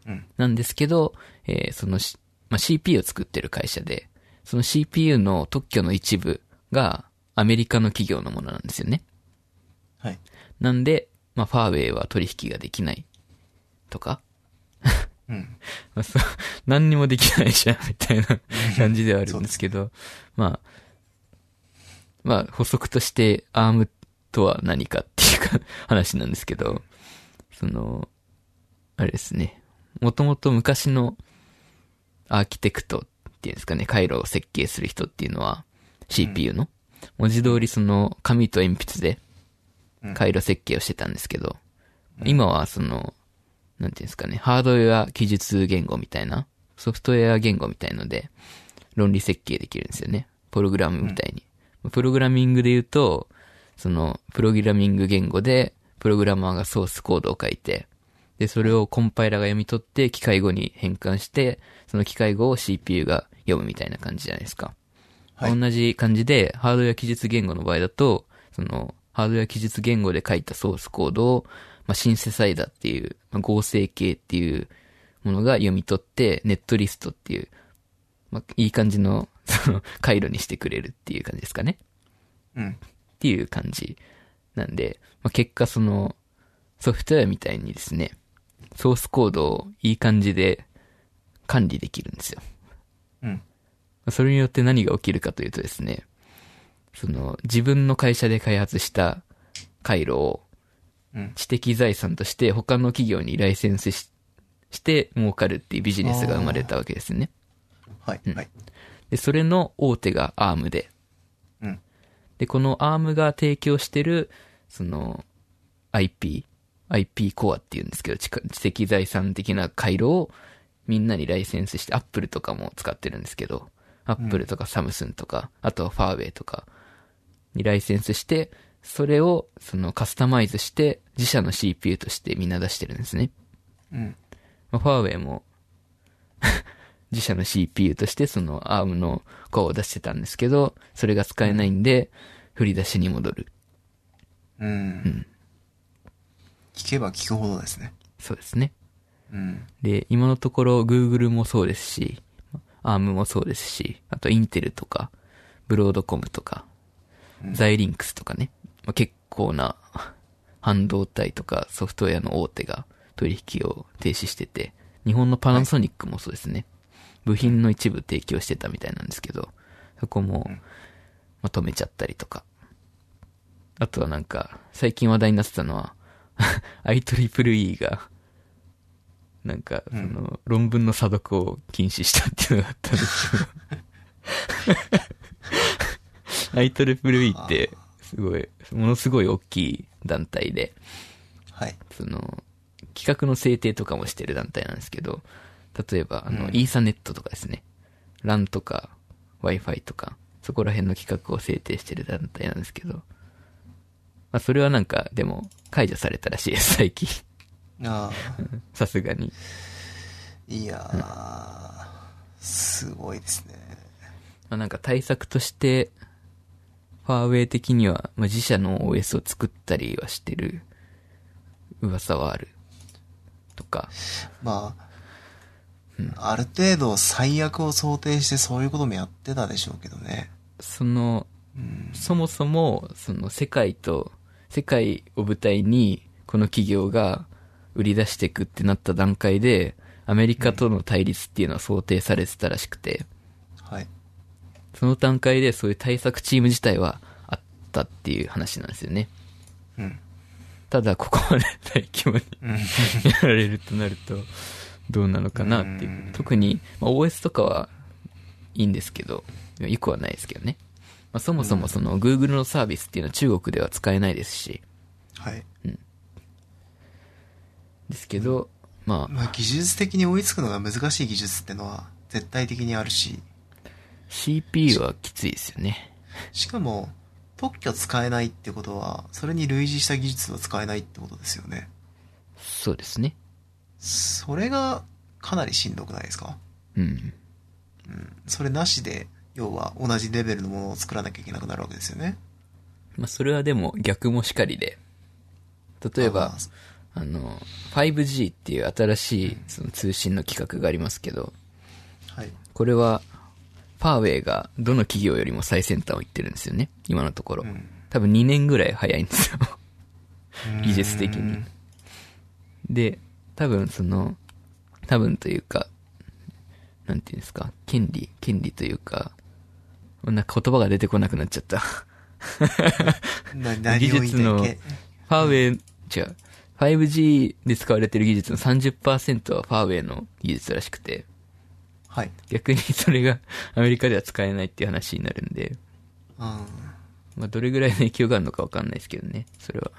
うん。
なんですけど、えーそのし、まあ、CPU を作ってる会社で、その CPU の特許の一部がアメリカの企業のものなんですよね。
はい。
なんで、まあ、ファーウェイは取引ができないとか、
うん。
まあ、そう、 何にもできないじゃん、みたいな感じではあるんですけど、まあ、まあ、補足として、アームとは何かっていうか話なんですけど、その、あれですね、もともと昔のアーキテクトっていうんですかね、回路を設計する人っていうのは、CPU の、文字通りその、紙と鉛筆で
うん、
回路設計をしてたんですけど、今はその、なんていうんですかね、ハードウェア記述言語みたいな、ソフトウェア言語みたいので、論理設計できるんですよね。プログラムみたいに。プログラミングで言うと、その、プログラミング言語で、プログラマーがソースコードを書いて、で、それをコンパイラが読み取って、機械語に変換して、その機械語を CPU が読むみたいな感じじゃないですか。
はい
同じ感じで、ハードウェア記述言語の場合だと、その、ハードウェア記述言語で書いたソースコードを、まあ、シンセサイダーっていう、まあ、合成系っていうものが読み取って、ネットリストっていう、まあ、いい感じの、その、回路にしてくれるっていう感じですかね。
うん。
っていう感じなんで、まあ、結果そのソフトウェアみたいにですね、ソースコードをいい感じで管理できるんですよ。
うん。
まあそれによって何が起きるかというとですね、その自分の会社で開発した回路を
うん。
知的財産として他の企業にライセンスしして儲かるっていうビジネスが生まれたわけですね。
はい、はい。
で、それの大手が ARM で、
うん。
で、この ARM が提供してる、その、IP、IP コアっていうんですけど、知知的財産的な回路をみんなにライセンスして、Apple とかも使ってるんですけど、Apple とか Samsung とか、あとは Huawei とかにライセンスして、それをそのカスタマイズして自社の CPU としてみんな出してるんですね。
うん。
まあ、ファーウェイも 自社の CPU としてその ARM のコアを出してたんですけど、それが使えないんで、振り出しに戻る。
うん。聞けば聞くほどですね。
そうですね。
うん。
で、今のところ Google もそうですし、ARM もそうですし、あと Intel とか、ブロードコムとか、ザイリンクスとかね、まあ、結構な 半導体とかソフトウェアの大手が取引を停止してて、日本のパナソニックもそうですね。部品の一部提供してたみたいなんですけど、そこも、まあ、止めちゃったりとか。あとはなんか、最近話題になってたのは、IEEE が、なんか、その、論文の査読を禁止したっていうのがあったんですけど。IEEE って、すごい、ものすごい大きい団体で、
はい。
その、企画の制定とかもしてる団体なんですけど、例えば、あの、イーサネットとかですね、LAN とか Wi-Fi とか、そこら辺の企画を制定してる団体なんですけど、まあ、それはなんか、でも、解除されたらしいです、最近。
あ
さすがに。
あ、いやー、すごいですね。
まあ、なんか対策として、ファーウェイ的には、まあ、自社の OS を作ったりはしてる噂はある。とか。
まあ、ある程度最悪を想定してそういうこともやってたでしょうけどね。
その、
うん。
そもそも、その世界と、世界を舞台に、この企業が売り出していくってなった段階で、アメリカとの対立っていうのは想定されてたらしくて、
はい。
その段階でそういう対策チーム自体はあったっていう話なんですよね。
うん。
ただ、ここまで大規模に
うん。
やられるとなると、どうなのかなっていうう。
ん
特に、まあ、OS とかはいいんですけど、よくはないですけどね。まあ、そもそもその Google のサービスっていうのは中国では使えないですし、
はい。
ですけど、まあ、
まあ、技術的に追いつくのが難しい技術ってのは絶対的にあるし、
CPU はきついですよね。
しかも、特許使えないってことは、それに類似した技術は使えないってことですよね。
そうですね。
それがかなりしんどくないですか
うん。
それなしで、要は同じレベルのものを作らなきゃいけなくなるわけですよね。
まあ、それはでも逆もしかりで、例えば
あ、
あの、5G っていう新しいその通信の規格がありますけど、
はい。
これは、ファーウェイがどの企業よりも最先端を行ってるんですよね。今のところ。
うん
多分2年ぐらい早いんですよ。 技術的に
うん
で、多分その、多分というか、なんていうんですか、権利、権利というか、なんか言葉が出てこなくなっちゃった。
な何を言いたいっ
技
け
術ファーウェイ、違う。5G で使われてる技術の30%はファーウェイの技術らしくて、
はい。
逆にそれがアメリカでは使えないっていう話になるんで、
うん。
まあどれぐらいの影響があるのかわかんないですけどね、それは。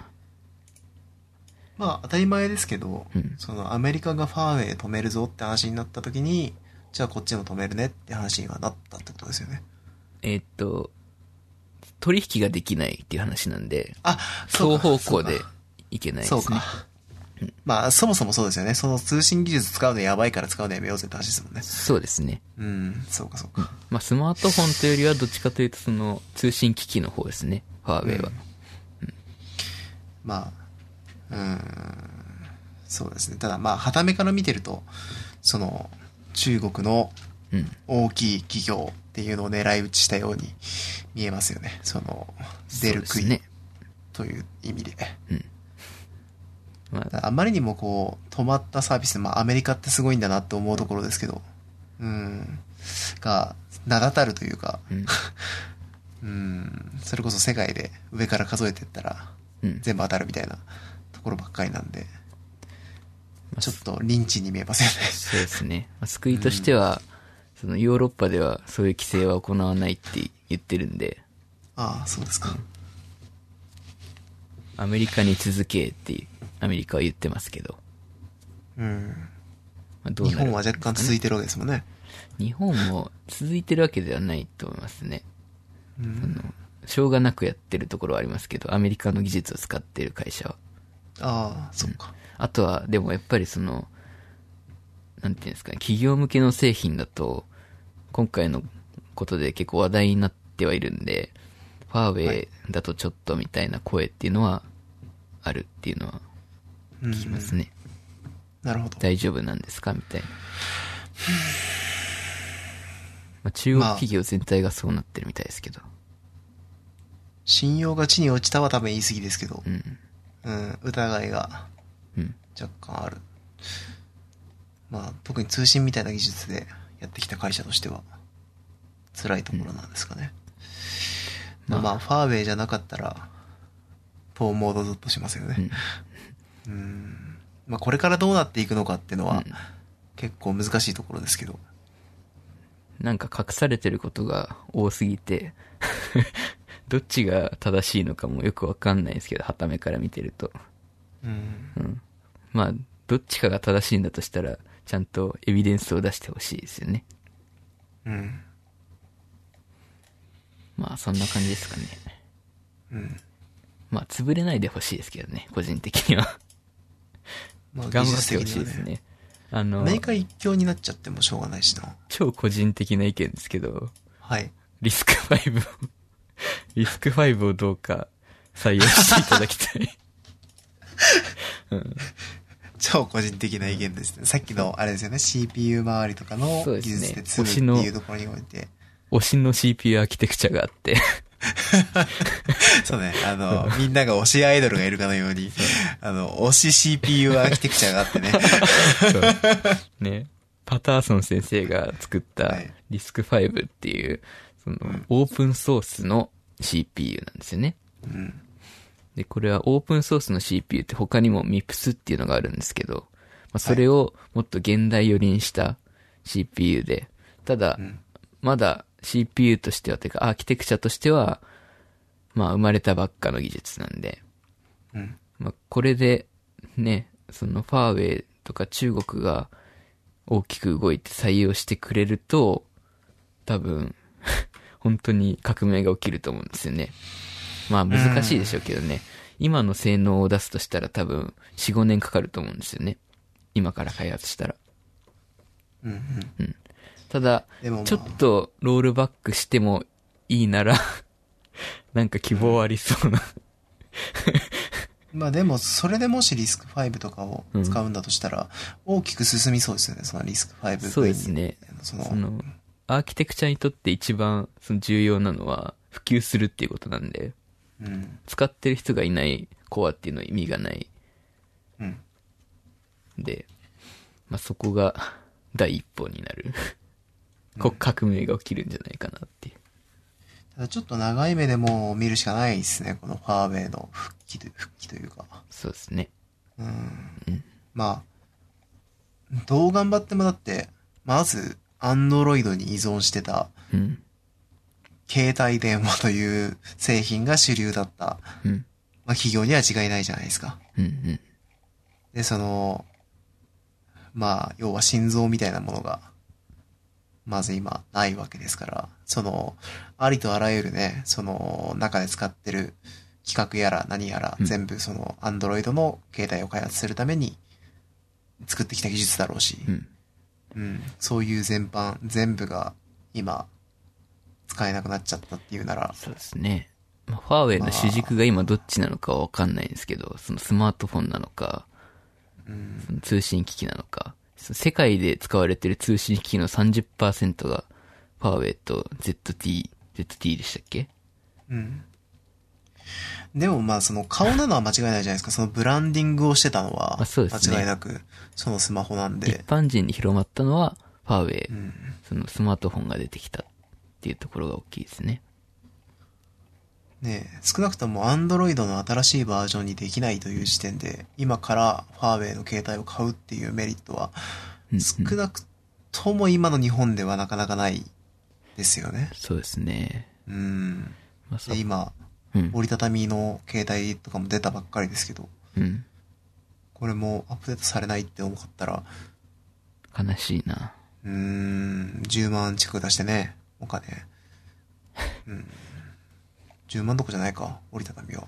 まあ、当たり前ですけど、
うん
そのアメリカがファーウェイ止めるぞって話になった時に、じゃあこっちも止めるねって話にはなったってことですよね。
えーっと、取引ができないっていう話なんで、
あ、そ
双
うか
方向でいけないです
そ
ね。
うか。まあ、そもそもそうですよね。その通信技術使うのやばいから使うのやめようぜって話ですもんね。
そうですね。
うん、そうかそうか。
まあ、スマートフォンというよりはどっちかというとその通信機器の方ですね、ファーウェイは。
まあ、うーん、そうですね。ただまあ、傍目から見てると、その、中国の
うん。
大きい企業っていうのを狙い撃ちしたように見えますよね。その、出る
そう
杭
ですね。
という意味で。
まあ、
あまりにもこう、止まったサービス、まあアメリカってすごいんだなって思うところですけど、うん、が、名だたるというか、
うん。
うん、それこそ世界で上から数えてったら、
うん。
全部当たるみたいなところばっかりなんで、ちょっとリンチに見えませんね。
そうですね。まあ救いとしては、そのヨーロッパではそういう規制は行わないって言ってるんで、
ああ、そうですか。
アメリカに続けってアメリカは言ってますけど、
うん。
まあ、どう
日
なる
本は若干続いてるわけですもんね。
日本も続いてるわけではないと思いますね。
う
あ
ん、
の、しょうがなくやってるところはありますけど、アメリカの技術を使ってる会社は。
ああ、そっか。
あとは、でもやっぱりその、なんていうんですかね、企業向けの製品だと、今回のことで結構話題になってはいるんで、ファーウ
は
ェイ
い
だとちょっとみたいな声っていうのは、あるっていうのは
うん、
聞きますね。
なるほど。
大丈夫なんですかみたい な。まあ、中国企業全体がそうなってるみたいですけど。
信用が地に落ちたは多分言い過ぎですけど
う、ん。
うん、疑いが
うん。
若干ある。まあ、特に通信みたいな技術でやってきた会社としては、辛いところなんですかね。
うん
まあ、ファーウェイじゃなかったら、ポーモードずっとしますよ
う
ね
ん。。
うん。まあ、これからどうなっていくのかっていうのは、
うん
結構難しいところですけど。
なんか隠されてることが多すぎて、 どっちが正しいのかもよくわかんないですけど、はためから見てると。
うん。
うん。まあ、どっちかが正しいんだとしたら、ちゃんとエビデンスを出してほしいですよね。
うん。
まあ、そんな感じですかね。
うん。
まあ、潰れないでほしいですけどね、個人的には。
まあ、
頑
技
張っ
術
て
的
ほしい
に
で
は
す
ね。
ね。あ
ア
の、
メリカ一強になっちゃってもしょうがないしな。
超個人的な意見ですけど、
はい。
リスク5を、 リスク5をどうか採用していただき たい。
超個人的な意見ですね。さっきの、あれですよね、CPU 周りとかの
そうで
技
すね
術で積む
推しの
っていうところにおいて、
推しの CPU アーキテクチャがあって、
そうね、あ の、みんなが推しアイドルがいるかのように、あの、推し CPU アーキテクチャがあって ね、
ね、パターソン先生が作った
はい
リスク5っていう、その、オープンソースの CPU なんですよね。
うん、
で、これはオープンソースの CPU って他にも MIPS っていうのがあるんですけど、まあ、それをもっと現代寄りにした CPU で、ただ、まだ CPU としては、というかアーキテクチャとしては、まあ生まれたばっかの技術なんで、
うん、
まあこれで、ね、そのファーウェイとか中国が大きく動いて採用してくれると、多分、 本当に革命が起きると思うんですよね。まあ難しいでしょうけどね。今の性能を出すとしたら多分4、5年かかると思うんですよね。今から開発したら。
うん、うん。
ただ、
でもまあ
ちょっとロールバックしてもいいなら、 なんか希望ありそ うな。
まあでも、それでもしリスク5とかを使うんだとしたら、大きく進みそうですよね、そのリスク5分
そうですね。
その
その、アーキテクチャにとって一番その重要なのは普及するっていうことなんで、
うん、
使ってる人がいないコアっていうのは意味がない
うん。
んで、まあ、そこが第一歩になる。こう革命が起きるんじゃないかなっていう。
ただちょっと長い目でもう見るしかないですね、このファーウェイの復帰と復帰というか。
そうですね。
うんまあ、どう頑張ってもだって、まず、アンドロイドに依存してた、
うん。
携帯電話という製品が主流だった、
うん。
まあ企業には違いないじゃないですか。
うん。うん。
で、その、まあ、要は心臓みたいなものが、まず今、ないわけですから、その、ありとあらゆるね、その、中で使ってる企画やら何やら、
うん
全部その、アンドロイドの携帯を開発するために、作ってきた技術だろうし、
うん。
うん、そういう全般、全部が今、使えなくなっちゃったっていうなら、
そうですね。まあ、ファーウェイの主軸が今どっちなのかはわかんないんですけど、そのスマートフォンなのか、
うん、
その通信機器なのか、その世界で使われてる通信機器の30%がファーウェイと ZT、ZT でしたっけ
うん。でもまあその顔なのは間違いないじゃないですか。そのブランディングをしてたのは、
あそうですね
間違いなく、そのスマホなん
一
で、
般人に広まったのはファーウェイ、
うん。
そのスマートフォンが出てきたっていうところが大きいですね。
ねえ、少なくとも Android の新しいバージョンにできないという時点で、今からファーウェイの携帯を買うっていうメリットは、
うんうん
少なくとも今の日本ではなかなかないですよね。
そうですね。
うん。
まあ、さ
で、今、
うん。
折りたたみの携帯とかも出たばっかりですけど、
うん。
これもアップデートされないって思ったら、
悲しいな。
うーん、10万近く出してね、お金。うん。10万どこじゃないか、折りたたみは。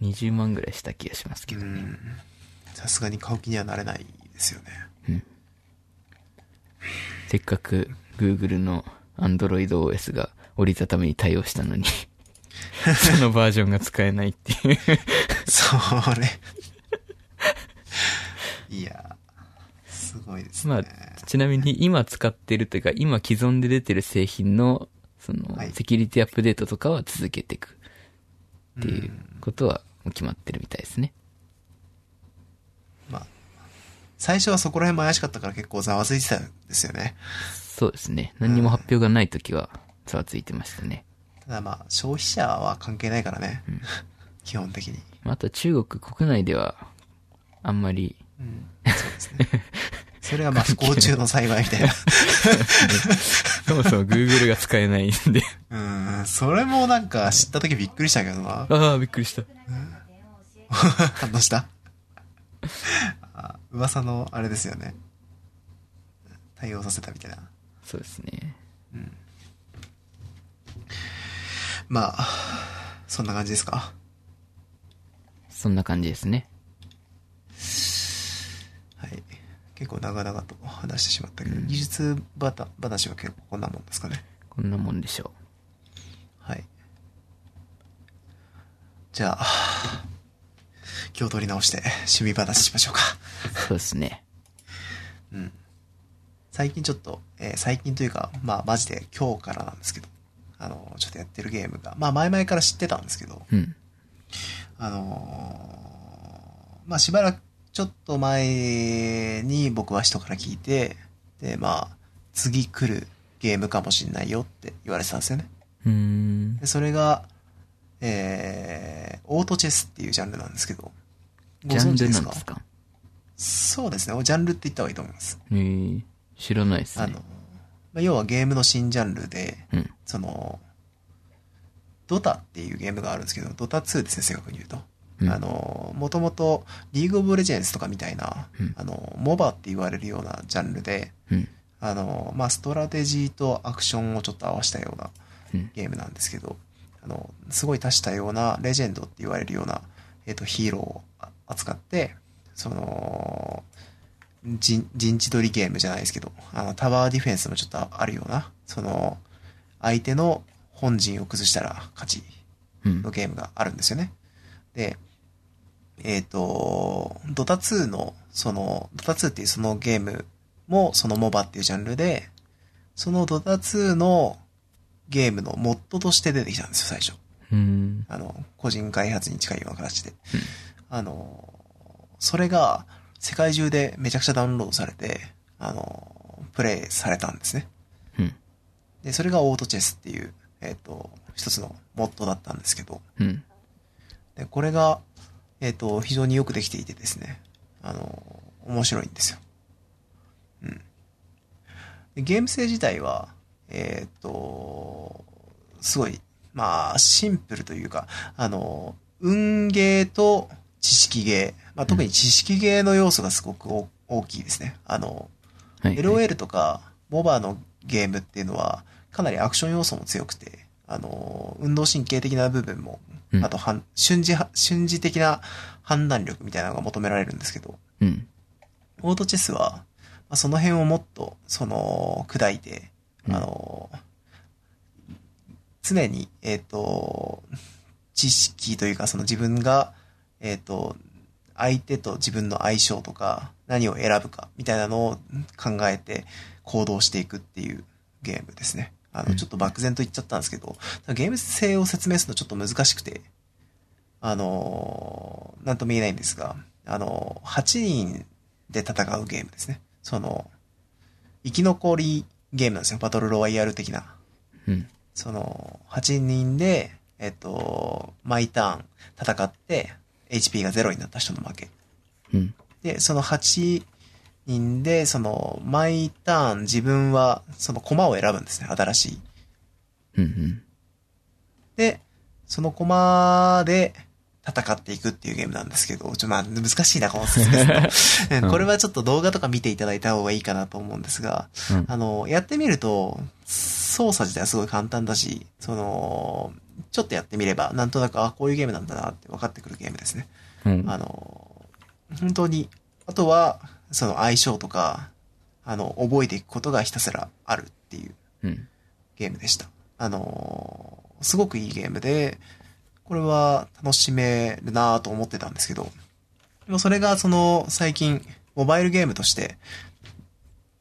20万ぐらいした気がしますけど
う
ね。
んさすがに買う気にはなれないですよね。
せっかく Google の Android OS が折りたたみに対応したのに、 そのバージョンが使えないっていう。
それ。いや、すごいですね。
まあ、ちなみに今使ってるというか、今既存で出てる製品の、その
はい、
セキュリティアップデートとかは続けていくっていうんうことは決まってるみたいですね。
まあ、最初はそこら辺も怪しかったから結構ざわついてたんですよね。
そうですね。何にも発表がないときは、ざわついてましたね。
ただまあ、消費者は関係ないからね。 基本的に。
まああとは中国国内では、あんまり、
うん。そうですね。それがまあ、不幸中の幸いみたいな。
そもそも Google が使えないんで。
うん、それもなんか知った時びっくりしたけど な。
ああ、びっくりした。
反応したあ噂のあれですよね。対応させたみたいな。
そうですね。
まあ、そんな感じですか。
そんな感じですね。
はい。結構長々と話してしまったけど、技術バタ話は結構こんなもんですかね。
こんなもんでしょ
はい。じゃあ、気を取り直して趣味話しましょうか。
う。そうですね。
最近ちょっと、えー最近というか、まあマジで今日からなんですけど、あの、ちょっとやってるゲームが、まあ前々から知ってたんですけど、
うん。
あのーまあしばらくちょっと前に僕は人から聞いて、で、まあ、次来るゲームかもしんないよって言われてたんですよね。
うーん。
で、それが、えー、オートチェスっていうジャンルなんですけど、ご
ジャン
存知
ル
です
なん
か
ですか
そうですね。ジャンルって言った方がいいと思います。
えー、知らないです
あ
ね
の。、まあ、要はゲームの新ジャンルで、
うん。
その、ドタっていうゲームがあるんですけど、ドタ2ですね、正確に言うと。
うん
あの、もともと、リーグオブレジェンスとかみたいな、
うん
あの、モバって言われるようなジャンルで、
うん。
あの、まあ、ストラテジーとアクションをちょっと合わせたような
うん。
ゲームなんですけど、あの、すごい足したような、レジェンドって言われるような、えっ、と、ヒーローを扱って、その、陣陣地取りゲームじゃないですけど、あの、タワーディフェンスもちょっとあるような、その、相手の本陣を崩したら勝ち
うん
の。ゲームがあるんですよね。で、えっ、と、ドタ2の、その、ドタ2っていうそのゲームも、そのモバっていうジャンルで、そのドタ2のゲームのモッドとして出てきたんですよ、最初。
うん。
あの、個人開発に近いような形で。あの、それが世界中でめちゃくちゃダウンロードされて、あの、プレイされたんですね。
うん。
で、それがオートチェスっていう、えっ、と、一つのモッドだったんですけど、
うん。
で、これが、えっ、と、非常によくできていてですね、あの、面白いんですよ。うん。でゲーム性自体は、えっ、と、すごい、まあ、シンプルというか、あの、運ゲーと知識ゲー、まあ、特に知識ゲーの要素がすごくお大きいですね。あの、
はい。
LOL とか、モバのゲームっていうのは、かなりアクション要素も強くて、あの、運動神経的な部分も
う、ん
あとはん、瞬時は、瞬時的な判断力みたいなのが求められるんですけど、
うん。
オートチェスは、まあその辺をもっと、その、砕いて、
うん
あの、常に、えっ、と、知識というか、その自分が、えっ、と、相手と自分の相性とか、何を選ぶか、みたいなのを考えて行動していくっていうゲームですね。あ
う
の、
ん
ちょっと漠然と言っちゃったんですけど、ゲーム性を説明するのちょっと難しくて、あのーなんとも言えないんですが、あのー8人で戦うゲームですね。その、生き残りゲームなんですよ。バトルロワイヤル的な。
うん。
その、8人で、えっと、毎ターン戦って、HP が0になった人の負け。
うん。
で、その8人で、その、毎ターン自分は、その駒を選ぶんですね、新しい。
うんうん。
で、その駒で戦っていくっていうゲームなんですけど、ちょ、まあ、難しいな、この説明する
う
と。
ん
これはちょっと動画とか見ていただいた方がいいかなと思うんですが、
うん
あの、やってみると、操作自体はすごい簡単だし、その、ちょっとやってみれば、なんとなく、あ、こういうゲームなんだなって分かってくるゲームですね。
うん。
あの、本当に、あとは、その相性とか、あの、覚えていくことがひたすらあるっていう
うん。
ゲームでした。あのーすごくいいゲームで、これは楽しめるなぁと思ってたんですけど、でもそれがその最近、モバイルゲームとして、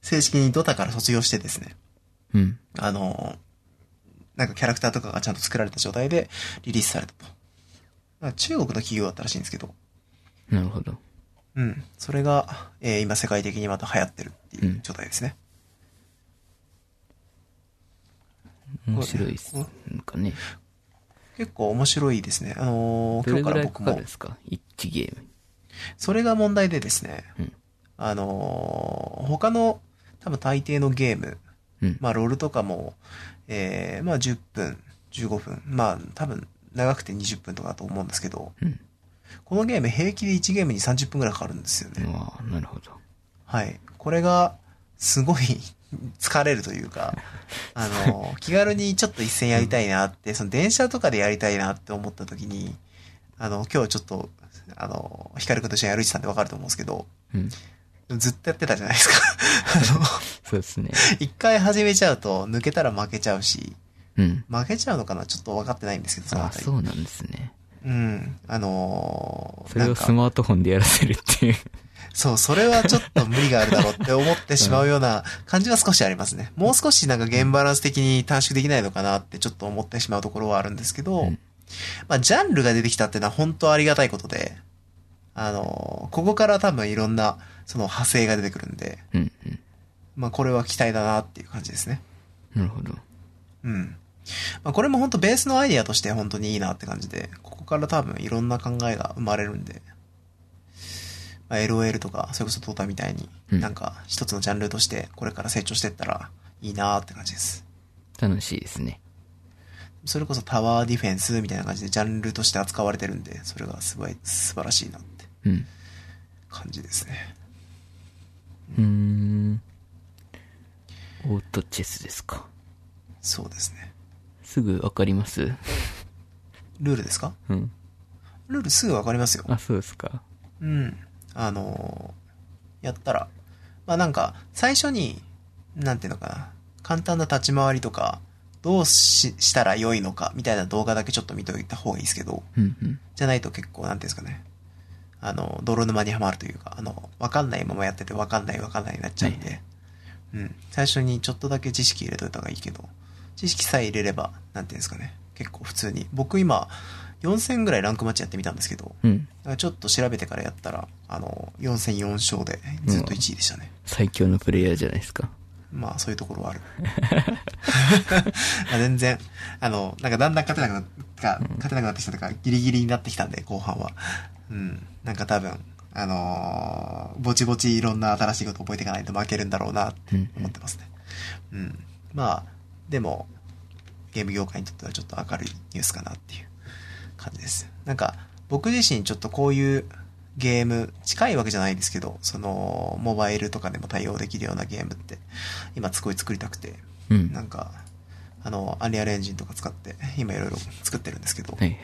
正式にドタから卒業してですね、
うん。
あのーなんかキャラクターとかがちゃんと作られた状態でリリースされたと。なんか中国の企業だったらしいんですけど、
なるほど。
うん。それが、えー今世界的にまた流行ってるっていうんう状態ですね。
面白いっす。なんかね。
結構面白いですね。あのー
ど
今
れ
日からら
ぐいか
僕
かる
も
んですか一ゲーム。
それが問題でですね、
うん
あのー他の多分大抵のゲーム、
うん。
まあロールとかも、えー、まあ10分、15分、まあ多分長くて20分とかだと思うんですけど、
うん。
このゲーム平気で1ゲームに30分くらいかかるんですよね。
まあ、なるほど。
はい。これが、すごい 疲れるという か、あの、気軽にちょっと一戦やりたいなって、その電車とかでやりたいなって思った時に、あの、今日ちょっと、あの、ヒカル君と一緒に歩いてたんでわかると思うんですけど、
うん。
ずっとやってたじゃないですか。 あの、
そうです ね。
一回始めちゃうと、抜けたら負けちゃうし、
うん。
負けちゃうのかなちょっと分かってないんですけど、その
あ
あ、たり
そうなんですね。
うん。あの
それ
なん
を
か
スマートフォンでやらせるっていう。
そう、それはちょっと無理があるだろうって思ってしまうよう な感じは少しありますね。もう少しなんかゲームバランス的に短縮できないのかなってちょっと思ってしまうところはあるんですけど、
うん
まあジャンルが出てきたっていうのは本当ありがたいことで、あのここから多分いろんなその派生が出てくるんで、
うんうん。
まあこれは期待だなっていう感じですね。
なるほど。
うん。まあこれも本当ベースのアイディアとして本当にいいなって感じで、ここから多分いろんな考えが生まれるんで、まあ、LOL とか、それこそトータみたいに、
うん
なんか一つのジャンルとしてこれから成長していったらいいなって感じです。
楽しいですね。
それこそタワーディフェンスみたいな感じでジャンルとして扱われてるんで、それがすごい素晴らしいなって
うん。
感じですね。
うーん。オートチェスですか。
そうですね。
すぐわかります
ルールですか
うん。
ルールすぐわかりますよ。
あ、そうですか。
うん。あのーやったら、まあなんか、最初に、なんていうのかな、簡単な立ち回りとか、どうししたら良いのか、みたいな動画だけちょっと見といた方がいいですけど、
うんうん。
じゃないと結構、なんていうんですかね、あの、泥沼にはまるというか、あの、わかんないままやってて、わかんないわかんないになっちゃうんで、うん。最初にちょっとだけ知識入れといた方がいいけど、知識さえ入れれば、なんていうんですかね、結構普通に。僕今、4000ぐらいランクマッチやってみたんですけど、
うん。
だからちょっと調べてからやったら、あの、4戦4勝でずっと1位でしたね。
最強のプレイヤーじゃないですか。
まあ、そういうところはある。 まあ全然、あの、なんかだんだん勝てなくなってか、勝てなくなってきたとか、ギリギリになってきたんで、後半は。うん。なんか多分、あのーぼちぼちいろんな新しいこと覚えていかないと負けるんだろうなって
うんうん
思ってますね。うん。まあ、でも、ゲーム業界にとってはちょっと明るいニュースかなっていう感じです。なんか、僕自身ちょっとこういうゲーム、近いわけじゃないですけど、その、モバイルとかでも対応できるようなゲームって、今すごい作りたくて、
うん。
な
は
んか、あの、アンリアルエンジンとか使って、今いろいろ作ってるんですけど、
いはいはい。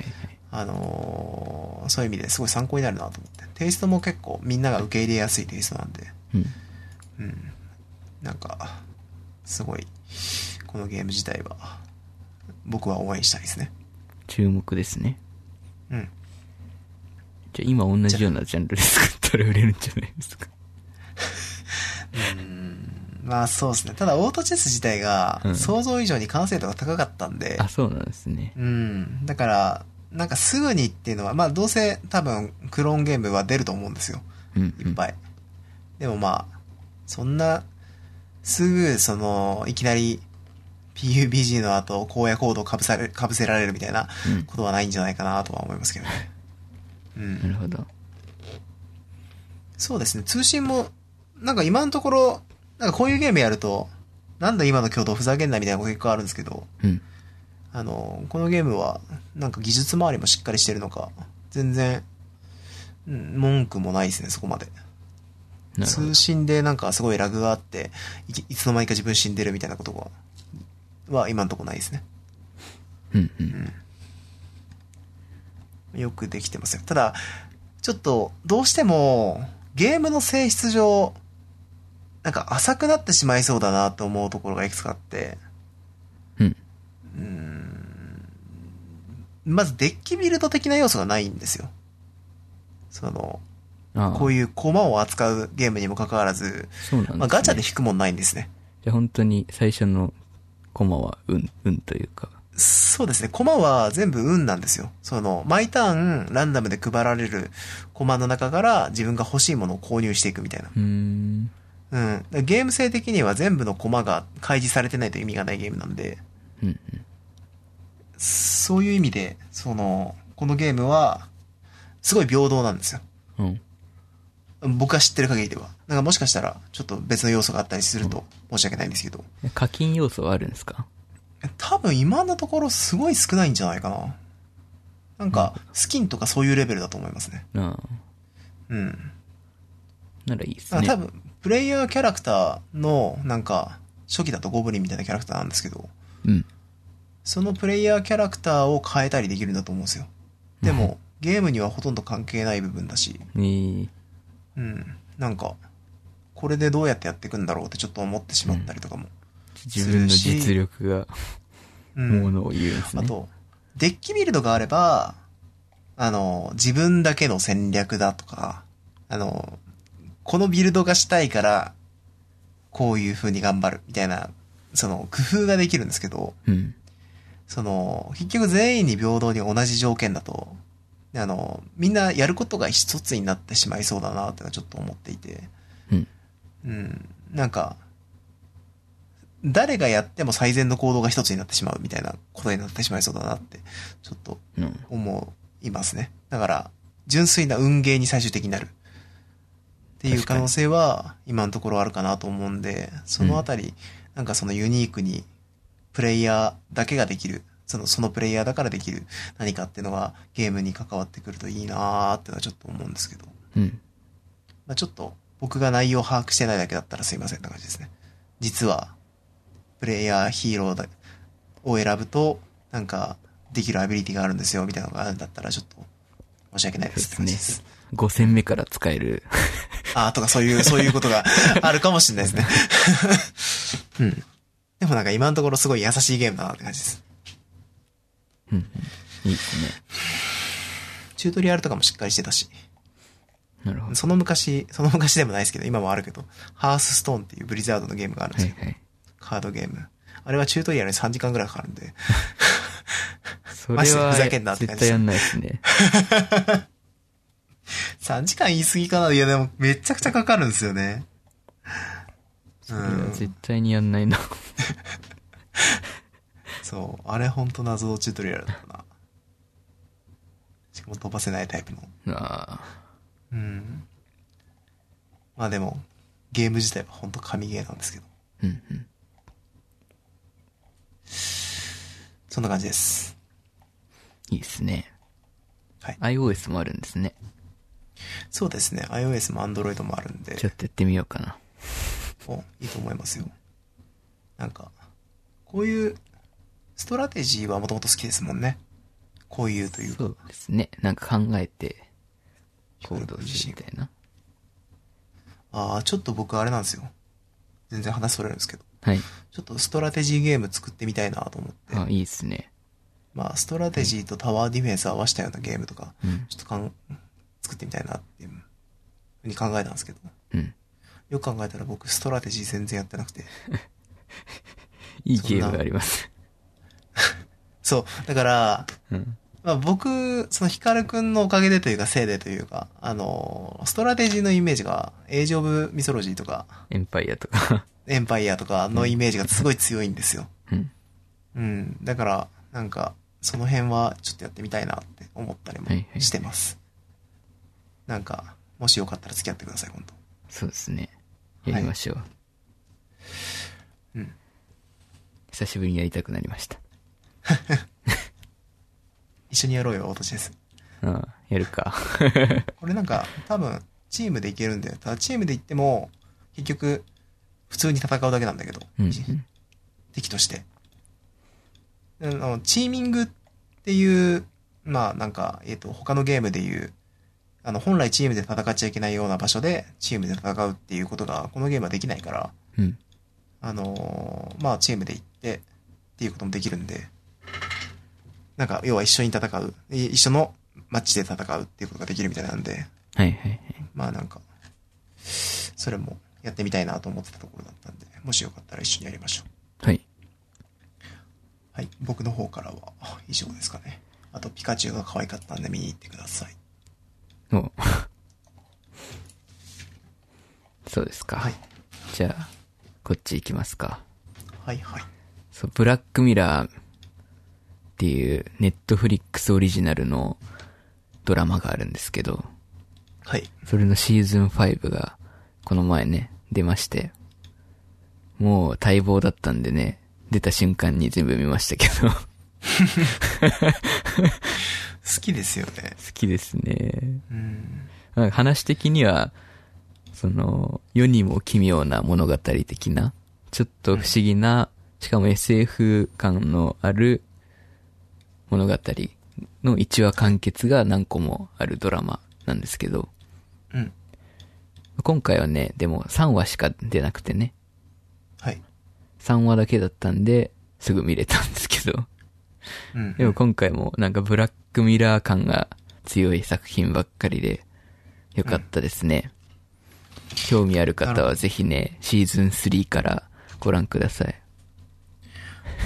あのーそういう意味ですごい参考になるなと思って、テイストも結構みんなが受け入れやすいテイストなんで、
うん。
うん。なんか、すごい、このゲーム自体は、僕は応援したいですね。
注目ですね。
うん。
じゃあ今同じようなジャンルで作ったら売れるんじゃないですか。
まあそうですね。ただ、オートチェス自体が
う、ん
想像以上に完成度が高かったんで、
あ、そうなんですね。
うん。だから、なんかすぐにっていうのは、まあどうせ多分、クローンゲームは出ると思うんですよ。
うん、
いっぱい。でもまあ、そんな、すぐ、その、いきなり、 PUBG の後、荒野コードをかぶされ、かぶせられるみたいな
うん
ことはないんじゃないかなとは思いますけど ね。う。
なんるほど。
そうですね。通信も、なんか今のところ、なんかこういうゲームやると、なんだ今の挙動ふざけんなみたいな結果あるんですけど、
うん。
あの、このゲームは、なんか技術周りもしっかりしてるのか、全然、うん文句もないですね、そこまで。
なるほど
通。信でなんかすごいラグがあって、いきいつの間にか自分死んでるみたいなことが、は今のとこないですね。
うんうん。
よくできてますよ。ただ、ちょっと、どうしても、ゲームの性質上、なんか浅くなってしまいそうだなと思うところがいくつかあって、
うん。
まずデッキビルド的な要素がないんですよ。その、
ああ、
こういう駒を扱うゲームにもかかわらず、
そうなんです、ね。
まあ、ガチャで引くもんないんですね。
じゃあ本当に最初のコマは運、運というか。
そうですね。コマは全部運なんですよ。その、毎ターン、ランダムで配られるコマの中から自分が欲しいものを購入していくみたいな。
うーん。
うん。ゲーム性的には全部のコマが開示されてないと意味がないゲームなんで、
うんうん。
そういう意味で、その、このゲームは、すごい平等なんですよ。
うん。
僕が知ってる限りでは。なんかもしかしたら、ちょっと別の要素があったりすると申し訳ないんですけど、
課金要素はあるんですか
多分今のところすごい少ないんじゃないかな。なんか、スキンとかそういうレベルだと思いますね。
なあ。
うん。
ならいいです
あ
ね。
多分、プレイヤーキャラクターの、なんか、初期だとゴブリンみたいなキャラクターなんですけど、
うん。
そのプレイヤーキャラクターを変えたりできるんだと思うんですよ。でも、ゲームにはほとんど関係ない部分だし、
えー、
うん。なんか、これでどうやってやっていくんだろうってちょっと思ってしまったりとかも。
自分の実力が
うん。
ものを言うんですね。
あと、デッキビルドがあれば、あの、自分だけの戦略だとか、あの、このビルドがしたいから、こういう風に頑張るみたいな、その、工夫ができるんですけど、
うん。
その、結局全員に平等に同じ条件だと、あの、みんなやることが一つになってしまいそうだなってのはちょっと思っていて、
うん。
うん、なんか、誰がやっても最善の行動が一つになってしまうみたいなことになってしまいそうだなって、ちょっと
うん。
思いますね。だから、純粋な運ゲーに最終的になる。っていう
確か
可
に
能性は、今のところあるかなと思うんで、そのあたり、なんかそのユニークに、プレイヤーだけができる、その、そのプレイヤーだからできる何かっていうのが、ゲームに関わってくるといいなーってのはちょっと思うんですけど。
うん。
まあ、ちょっと僕が内容を把握してないだけだったらすいませんって感じですね。実は、プレイヤーヒーローだを選ぶと、なんか、できるアビリティがあるんですよ、みたいなのがあるんだったら、ちょっと、申し訳ないですって
そう
感じ
で
です
す。ね。5戦目から使える。
ああ、とかそういう、そういうことがあるかもしれない ですね。うん。でもなんか今のところすごい優しいゲームだなって感じです。
うんうん。いいですね。
チュートリアルとかもしっかりしてたし、
なるほど。
その昔、その昔でもないですけど、今もあるけど、ハースストーンっていうブリザードのゲームがあるんで
は
す
い
よ。
はい。
カードゲーム。あれはチュートリアルに3時間ぐらいかかるんで。
それ
マジで
は、
ふざけんなって感
絶
じ
対やんないですね。
3時間言い過ぎかないやでもめちゃくちゃかかるんですよね。う
いや絶
ん。
対にやん ないな。
そう。あれほんと謎のチュートリアルだったな。しかも飛ばせないタイプの。
あ
うん。まあでも、ゲーム自体はほんと神ゲーなんですけど。
ーうんうん。
そんな感じです。
いいですね。
はい。
iOS もあるんですね。
そうですね。iOS も Android もあるんで
ちょ、っとやってみようかな。
おいいと思いますよ。なんか、こういう、ストラテジーはもともと好きですもんね。こういうというか
そうですね。なんか考えて、行動するみたいな。
ああ、ちょっと僕あれなんですよ。全然話それるんですけど。
はい。
ちょっとストラテジーゲーム作ってみたいなと思って。
あ、いいですね。
まあ、ストラテジーとタワーディフェンスを合わせたようなゲームとか、
うん。
ちょっとかん、作ってみたいなっていうふうに考えたんですけど。
うん。
よく考えたら僕、ストラテジー全然やってなくて。
いいゲームがあります。
そう。だから、
うん。
まあ僕、そのヒカルくんのおかげでというか、せいでというか、あの、ストラテジーのイメージが、エイジオブミソロジーとか、
エンパイアとか。
エンパイアとかのイメージがすごい強いんですよ。
うん。
うん。だから、なんか、その辺はちょっとやってみたいなって思ったりも
はいはい
してます。なんか、もしよかったら付き合ってください、今度。
そうですね。やりましょう。
うん。
久しぶりにやりたくなりました。
一緒にやろうよ、私です。
うん。やる か。
これなんか、多分、チームでいけるんだよ。ただ、チームで行っても、結局、普通に戦うだけなんだけど、
うん。
敵として。あの、チーミングっていう、まあなんか、えっ、と、他のゲームでいう、あの、本来チームで戦っちゃいけないような場所で、チームで戦うっていうことが、このゲームはできないから、
うん。
あのーまあチームで行ってっていうこともできるんで、なんか、要は一緒に戦う、い一緒のマッチで戦うっていうことができるみたいなんで、
はいはいはい。
まあなんか、それもやってみたいなと思ってたところだったんで、もしよかったら一緒にやりましょう。
はい。
はい、僕の方からは あ以上ですかね。あと、ピカチュウが可愛かったんで見に行ってください。
お そうですか。
はい。
じゃあ、こっち行きますか。
はいはい。
そう、ブラックミラーっていうネットフリックスオリジナルのドラマがあるんですけど、
はい。
それのシーズン5がこの前ね、出まして、もう待望だったんでね、出た瞬間に全部見ましたけど、好
好きですよね。
きですね。
うん。
なんか話的には、その、世にも奇妙な物語的な、ちょっと不思議な、しかも SF 感のある物語の1話完結が何個もあるドラマなんですけど、
うん。
今回はね、でも3話しか出なくてね、
はい。
3話だけだったんで、すぐ見れたんですけど、
うん。
でも今回もなんかブラックミラー感が強い作品ばっかりで、よかったですね。興味ある方はぜひね、シーズン3からご覧ください。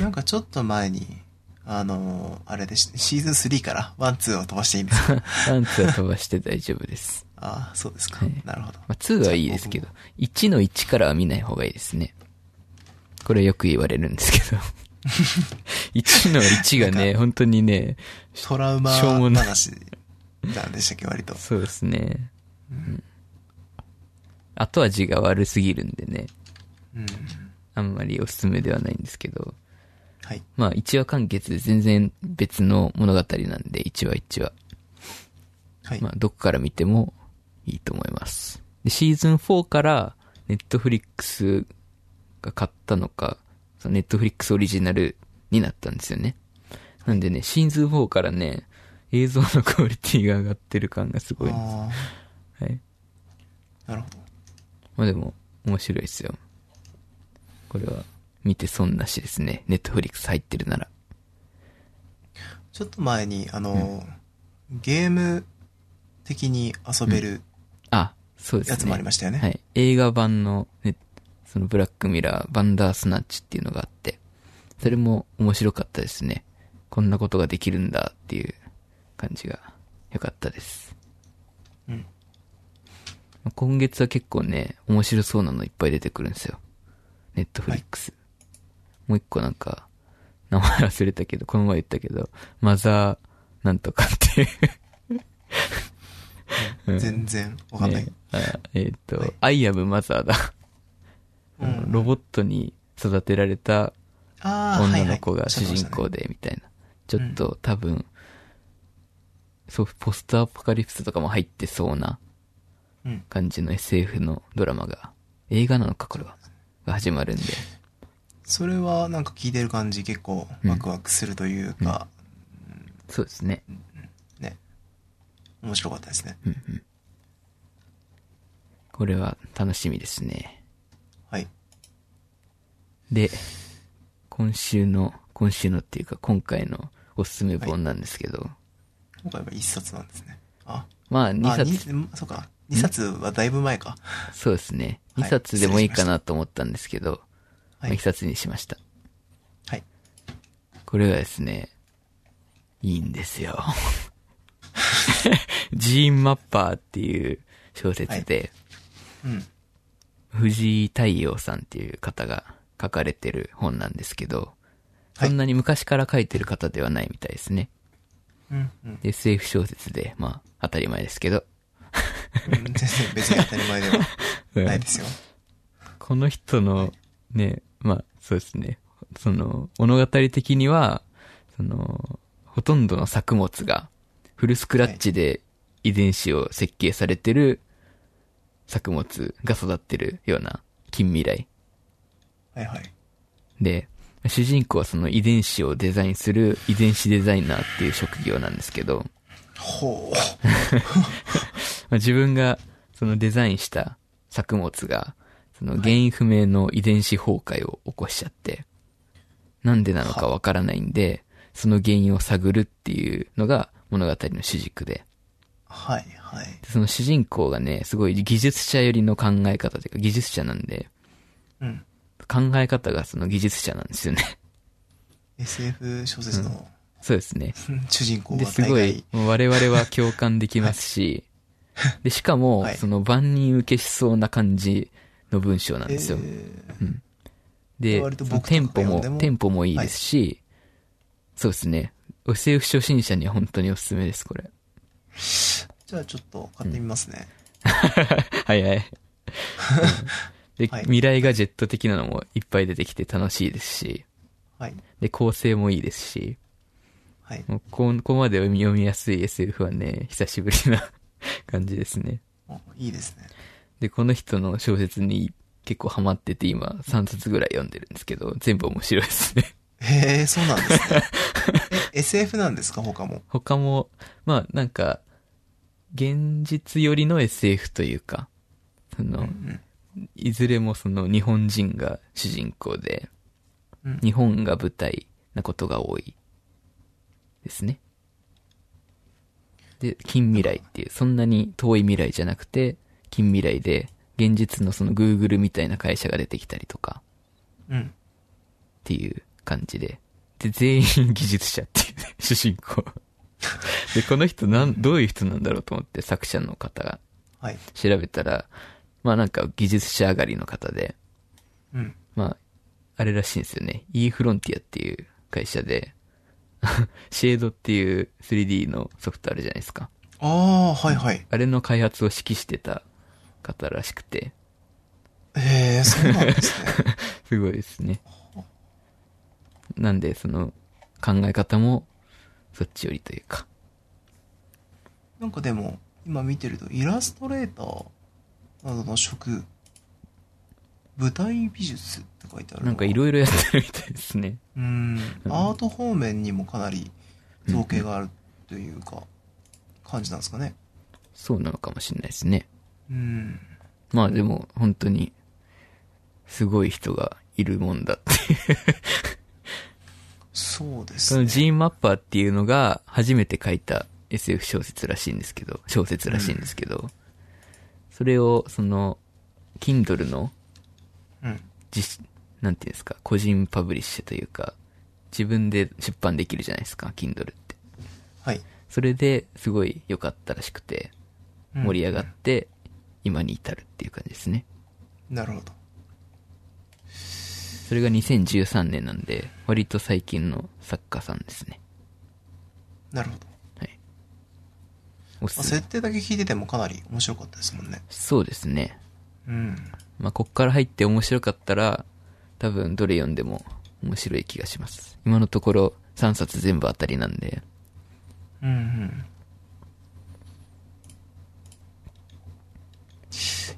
なんかちょっと前に、あのーあれでしたね、シーズン3からワン、ツーを飛ばしていいんです か
ワン、ツーは飛ばして大丈夫です。
ああ、そうですか。
はい
なるほど。
まあ、2はいいですけど、1の1からは見ない方がいいですね。これよく言われるんですけど。1の1が
なん
ね、本当にね、
トラウマ
しょうもない
話なんでしたっけ、割と。
そうですね。うん後味が悪すぎるんでね、
うん。
あんまりおすすめではないんですけど、
はい。
まあ1話完結で全然別の物語なんで、1話1話。
はい。
まあどこから見てもいいと思います。で、シーズン4から、ネットフリックスが買ったのか、そのネットフリックスオリジナルになったんですよね。なんでね、シーズン4からね、映像のクオリティが上がってる感がすごいんです。
あ
はい。
あ、なるほど。
まあでも、面白いですよ。これは、見て損なしですね。ネットフリックス入ってるなら。
ちょっと前に、あのーゲーム的に遊べる
あ、そうですね。
やつもありましたよね。
はい。映画版の、ね、そのブラックミラー、バンダースナッチっていうのがあって、それも面白かったですね。こんなことができるんだっていう感じが良かったです。
うん。
まあ今月は結構ね、面白そうなのいっぱい出てくるんですよ。ネットフリックス。もう一個なんか、名前忘れたけど、この前言ったけど、マザーなんとかっていううん。
全然わかんない。
ねあえーっ、と、アイアムマザーだ。
うん
ロボットに育てられた
ああ、はい
女
は
の
い
子が主人公。で、みたいな。ちょっと多分、そう、ポストアポカリプスとかも入ってそうな
うん
感じの SF のドラマが、映画なのか、これは。が始まるんで。
それはなんか聞いてる感じ結構ワクワクするというか、
そうですね。
ね。面白かったですね。
これは楽しみですね。
はい。
で、今週の、今週のっていうか、今回のおすすめ本なんですけど、
今回は一冊なんですね。あ、
まあ、2
あ
冊
にそうか。2冊はだいぶ前か。
そうですね。
はい
2冊でもいいかなと思ったんですけど、
は
まあ
い
1。冊にしました。
はい。
これがですね、いいんで すよ。ジーン・マッパーっていう小説で、
うん。
藤井太陽さんっていう方が書かれてる本なんですけど、
はい
そんなに昔から書いてる方ではないみたいですね。
うん、うん。
で SF 小説で、まあ、当たり前ですけど。
全然別に当たり前ではないですよ。
この人の、ね、まあ、そうですね。その、物語的には、その、ほとんどの作物が、フルスクラッチで遺伝子を設計されてる作物が育ってるような近未来。
はいはい。
で、主人公はその遺伝子をデザインする遺伝子デザイナーっていう職業なんですけど、
ほ
まあ、自分がそのデザインした作物が、その原因不明の遺伝子崩壊を起こしちゃって、なんでなのかわからないんで、その原因を探るっていうのが物語の主軸で。
う。はいはい。
でその主人公がね、すごい技術者寄りの考え方というか、技術者なんで、
うん。
考え方がその技術者なんですよね。
SF 小説の
そうですね。
主人公は
です
大
ご
概
い、、もう我々は共感できます し、で、しかも
は、い
その万人受けしそうな感じの文章なん
え
ですよ。
ー
で、
割と
その
僕とか
テンポ
読
も
んでも
テンポもいいですし、そうですね。SF 初心者には本当におすすめです、これ。
じゃあちょっと買ってみますね。
はいはい。うん で、
はい
未来がジェット的なのもいっぱい出てきて楽しいですし、
はい。
で、構成もいいですし、
はい。
もうこここまで読み読みやすい SF はね、久しぶりな 感じですね。
おいいですね。
で、この人の小説に結構ハマってて今3冊ぐらい読んでるんですけど、全部面白いですね。
へえ、そうなんです ね。え、SF なんですか他も。
他も、まあなんか、現実寄りの SF というか、その、
うん
いずれもその日本人が主人公で、
うん
日本が舞台なことが多いですね。で、近未来っていう、そんなに遠い未来じゃなくて、近未来で、現実のその Google みたいな会社が出てきたりとか、
うん。
っていう感じで。で、全員技術者っていうね、 主人公。で、この人なん、どういう人なんだろうと思って作者の方が
はい。
調べたら、まあなんか技術者上がりの方で、
うん。
まあ、あれらしいんですよね。e フロンティアっていう会社で、 シェードっていう 3D のソフトあるじゃないですか。
ああ、はいはい。
あれの開発を指揮してた方らしくて、
へえ、そう なんですね。
すごいですね。なんで、その、考え方も、そっち寄りというか。
なんかでも、今見てると、イラストレーターなどの職、舞台美術って書いてある
なんかいろいろやってるみたいですね。
うーん、アート方面にもかなり造形があるというか、感じなんですかね。
そうなのかもしれないですね。
うん。
まあでも、本当に、すごい人がいるもんだっていう。
そうで
そ
す
の
ね。
ジーン・マッパーっていうのが初めて書いた SF 小説らしいんですけど、小説らしいんですけど、それを、その、Kindle の
うん。
自、なんていうんですか、個人パブリッシュというか、自分で出版できるじゃないですか、Kindle って。
はい。
それですごい良かったらしくて、
うん
盛り上がって、今に至るっていう感じですね。
なるほど。
それが2013年なんで、割と最近の作家さんですね。
なるほど。
はい。
ま
お
あ
すすめ
設定だけ聞いててもかなり面白かったですもんね。
そうですね。
うん。
まあ、こっから入って面白かったら、多分どれ読んでも面白い気がします。今のところ3冊全部当たりなんで、
うんうん。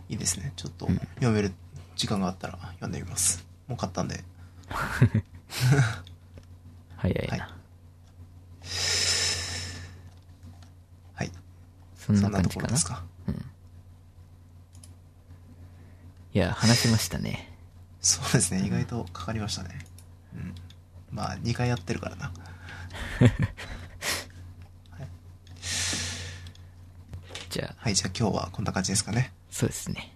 いいですね。ちょっと読める時間があったら読んでみます。もう買ったんで。
早いな。
はいはい。
そん
そ
な
な
ん感
と
じ
こ
か
ろ
な。
ですか。
いや、話しましたね。
そうですね。意外とかかりましたね。うん。まあ、2回やってるからな。
じゃあ、
はい。じゃあ今日はこんな感じですかね。
そうですね。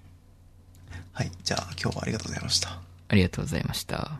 はい。じゃあ今日はありがとうございました。
ありがとうございました。